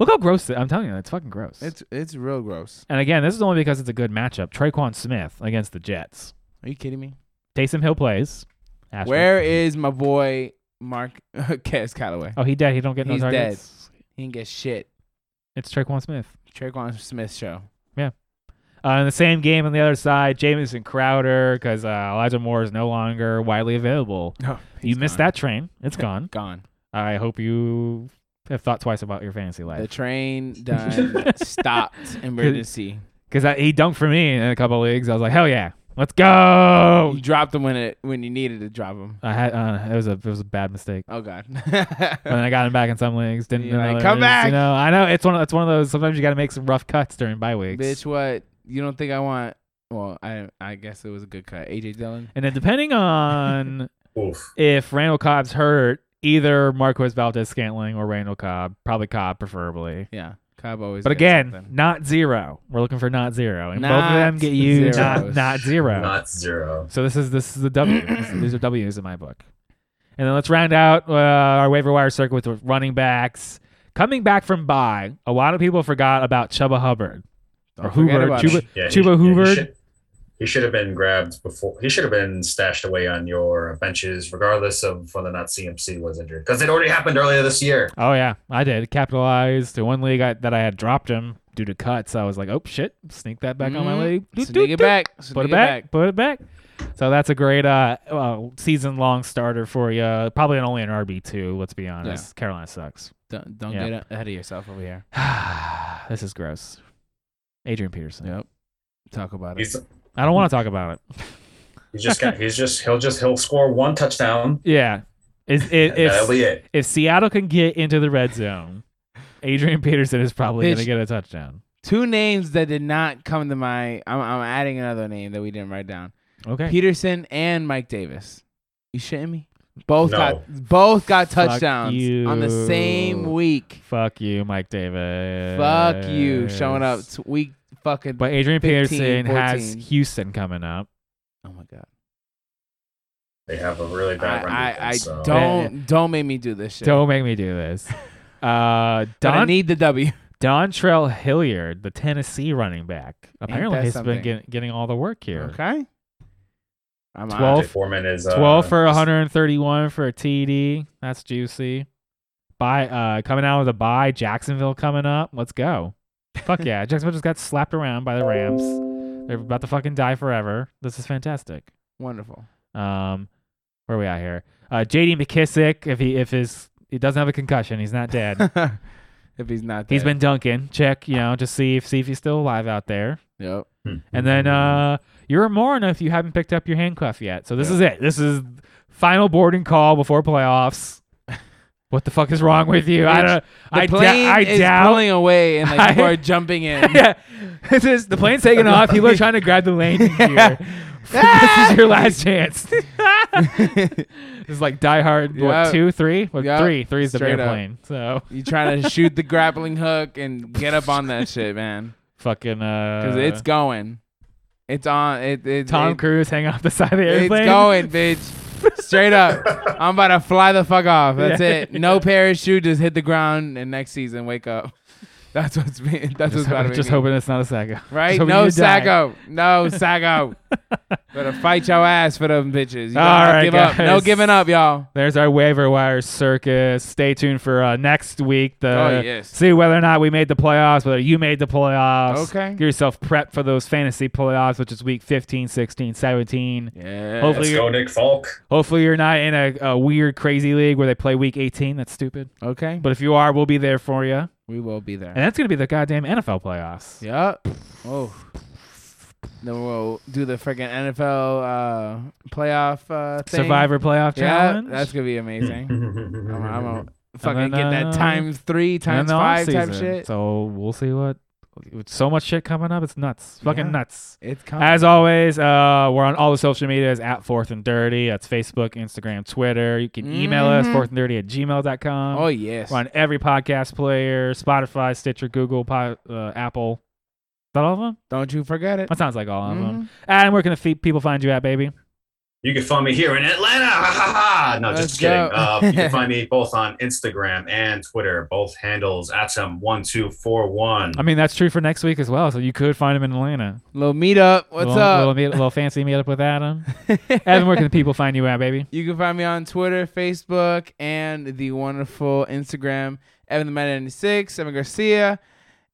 S1: Look how gross! It, I'm telling you, it's fucking gross.
S3: It's it's real gross.
S1: and again, this is only because it's a good matchup. Traquan Smith against the Jets.
S3: Are you kidding me?
S1: Taysom Hill plays. Ashley.
S3: Where is my boy Mark Cass Callaway?
S1: Oh, he dead. He don't get no
S3: He's
S1: targets.
S3: He didn't get shit.
S1: It's Traquan Smith.
S3: Traquan Smith show.
S1: Uh, in the same game on the other side, Jamison Crowder because uh, Elijah Moore is no longer widely available.
S3: No,
S1: you missed that train. It's gone.
S3: Gone.
S1: I hope you have thought twice about your fantasy
S3: The
S1: life
S3: train done stopped emergency.
S1: because he dunked for me in a couple leagues. I was like, hell yeah, let's go.
S3: You dropped them when it when you needed to drop them.
S1: I had uh, it was a it was a bad mistake.
S3: Oh God.
S1: And I got him back in some leagues. Didn't
S3: You're
S1: in
S3: like,
S1: others,
S3: "Come back!"
S1: You know, I know it's one. Of, it's one of those. Sometimes you got to make some rough cuts during bye weeks.
S3: Bitch, what? You don't think I want? Well, I I guess it was a good cut. AJ Dillon.
S1: And then depending on
S2: Oof.
S1: if Randall Cobb's hurt, either Marquez Valdez Scantling or Randall Cobb, probably Cobb preferably.
S3: Yeah, Cobb always.
S1: But
S3: gets
S1: again,
S3: something.
S1: not zero. We're looking for not zero, and both of
S3: Not
S1: them get you
S3: zeros.
S1: not not zero.
S2: Not zero.
S1: so this is this is the W. This- These are W's in my book. And then let's round out uh, our waiver wire circuit with running backs. Coming back from bye, a lot of people forgot about Chuba Hubbard.
S3: Don't
S1: or
S3: forget
S1: Hoover,
S3: about
S1: Chuba-
S3: it.
S2: Yeah, he-
S1: Chuba
S2: yeah, he
S1: Hubbard.
S2: should- He should have been grabbed before. He should have been stashed away on your benches, regardless of whether or not CMC was injured, because it already happened earlier this year.
S1: Oh yeah, I did. Capitalized to one league I, that I had dropped him due to cuts. I was like, oh shit, sneak that back on my
S3: Mhm.
S1: league. Doot,
S3: Sneak
S1: doot,
S3: it
S1: doot.
S3: back.
S1: Put
S3: Sneak
S1: it back. Put it back. So that's a great uh, well, season long starter for you. Probably only an RB two. Let's be honest. Carolina sucks.
S3: Don't, don't
S1: Yeah.
S3: get ahead of yourself over here.
S1: this is gross. Adrian Peterson.
S3: Yep. Talk about it.
S2: He's
S1: I don't want to talk about it.
S2: he's just got he's just he'll just he'll score one touchdown.
S1: Yeah. Is
S2: and That'll
S1: if, if
S2: be it.
S1: if Seattle can get into the red zone, Adrian Peterson is probably
S3: Bitch.
S1: going to get a touchdown.
S3: Two names that did not come to my. I'm, I'm adding another name that we didn't write down.
S1: Okay.
S3: Peterson and Mike Davis. You shitting me? Both
S2: No.
S3: got both got
S1: Fuck
S3: touchdowns on the
S1: you.
S3: same week.
S1: Fuck you, Mike Davis.
S3: Fuck you showing up t- week fucking.
S1: But Adrian
S3: 15,
S1: Peterson has
S3: 14.
S1: Houston coming up.
S3: oh my god!
S2: They have a really
S3: I
S2: bad run.
S3: I, I
S2: defense, so-
S3: don't don't make me do this shit.
S1: Don't make me do this. Uh,
S3: But I
S1: Don
S3: need the W.
S1: Dontrell Hilliard, the Tennessee running back, apparently
S3: that
S1: has
S3: something?
S1: been get, getting all the work here.
S3: Okay. I'm out.
S1: Twelve-
S2: Jay Foreman is uh,
S1: Twelve for 131 for a TD. That's juicy. By uh, coming out of the bye, Jacksonville coming up. Let's go. Fuck yeah! Jacksonville just got slapped around by the Rams. They're about to fucking die forever. This is fantastic.
S3: Wonderful.
S1: Um, where are we at here? Uh, J.D. McKissick, if he if his he doesn't have a concussion, he's not dead.
S3: if he's not,
S1: he's
S3: dead.
S1: been dunking. Check, you know, just see if see if he's still alive out there.
S3: Yep.
S1: And then
S3: Mm-hmm.
S1: uh, you're a moron if you haven't picked up your handcuff yet. So this is it. This is final boarding call before playoffs. What the fuck is wrong with you? I
S3: Bitch,
S1: don't.
S3: The
S1: I, dou-
S3: plane
S1: I
S3: is
S1: doubt.
S3: pulling away, and like
S1: I-
S3: people are jumping in.
S1: yeah, this is the plane's taking off. People are trying to grab the landing gear. this
S3: Ah!
S1: is your last chance. It's like Die Hard.
S3: Yeah.
S1: What two, three? What
S3: Yeah.
S1: three? Three is the
S3: Straight up.
S1: airplane. So
S3: you trying to shoot the grappling hook and get up on that shit, man,
S1: fucking. Uh,
S3: because it's going. It's on. It, it,
S1: Tom
S3: it,
S1: Cruise hanging off the side of the
S3: It's
S1: airplane.
S3: going, bitch. Straight up. I'm about to fly the fuck off. That's
S1: Yeah.
S3: it. No parachute. Just hit the ground and next season wake up. That's what's me. That's what's
S1: Just,
S3: about to
S1: ho-
S3: make
S1: just
S3: me-
S1: hoping it's not a saga.
S3: Right?
S1: Just hoping
S3: No
S1: you die.
S3: Sacco. No Sacco. Better fight your ass for them bitches. You
S1: All
S3: gotta
S1: right,
S3: give up. No
S1: guys.
S3: giving up, y'all.
S1: There's our waiver wire circus. Stay tuned for uh, next week to
S3: Oh, yes.
S1: see whether or not we made the playoffs, whether you made the playoffs.
S3: Okay.
S1: Get yourself prepped for those fantasy playoffs, which is week 15, 16, 17.
S3: Yeah.
S1: Hopefully,
S2: Let's
S1: you're,
S2: go, Nick Falk.
S1: hopefully you're not in a, a weird, crazy league where they play week 18. That's stupid.
S3: Okay.
S1: But if you are, we'll be there for you.
S3: We will be there.
S1: And that's going to be the goddamn NFL playoffs.
S3: Yep. Oh. Then we'll do the freaking NFL uh, playoff uh, thing.
S1: Survivor playoff
S3: Yeah,
S1: challenge.
S3: that's gonna be amazing. I'm, I'm gonna fucking
S1: then,
S3: get
S1: uh,
S3: that times three,
S1: And
S3: times
S1: the
S3: five type
S1: offseason.
S3: shit.
S1: So we'll see what. with So much shit coming up. It's nuts. Fucking
S3: Yeah.
S1: nuts.
S3: it's coming.
S1: As always, uh, we're on all the social medias at Fourth and Dirty. That's Facebook, Instagram, Twitter. You can email us,
S3: Mhm.
S1: fourth and dirty at gmail.com.
S3: oh yes.
S1: We're on every podcast player Spotify, Stitcher, Google, Pod, uh, Apple. Is that all of them?
S3: Don't you forget it.
S1: That sounds like all of them.
S3: Mhm.
S1: Adam, where can the fe- people find you at, baby?
S2: You can find me here in Atlanta. Ha, ha, ha. No,
S3: Let's
S2: just kidding.
S3: go.
S2: Uh, you can find me both on Instagram and Twitter. Both handles at one two four one.
S1: I mean, that's true for next week as well. So you could find him in Atlanta.
S3: Mm-hmm. Little meetup. What's
S1: little,
S3: up?
S1: Little, meet, little fancy meetup with Adam. Adam, where can the people find you at, baby?
S3: You can find me on Twitter, Facebook, and the wonderful Instagram, Evan the Man 96, Evan Garcia.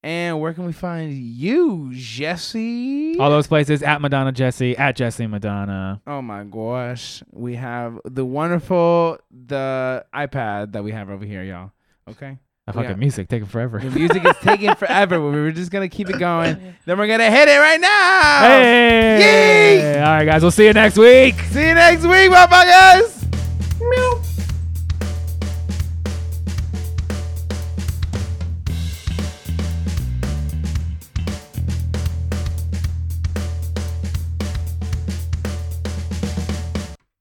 S3: And where can we find you, Jesse?
S1: All those places at Madonna Jesse, at Jesse Madonna.
S3: Oh my gosh. We have the wonderful the iPad that we have over here, y'all. Okay.
S1: That fucking
S3: Yeah.
S1: music taking forever.
S3: The music is taking forever. but We're just gonna keep it going. Then we're gonna hit it right now.
S1: Hey!
S3: Yay!
S1: All right, guys. We'll see you next week.
S3: See you next week, motherfuckers.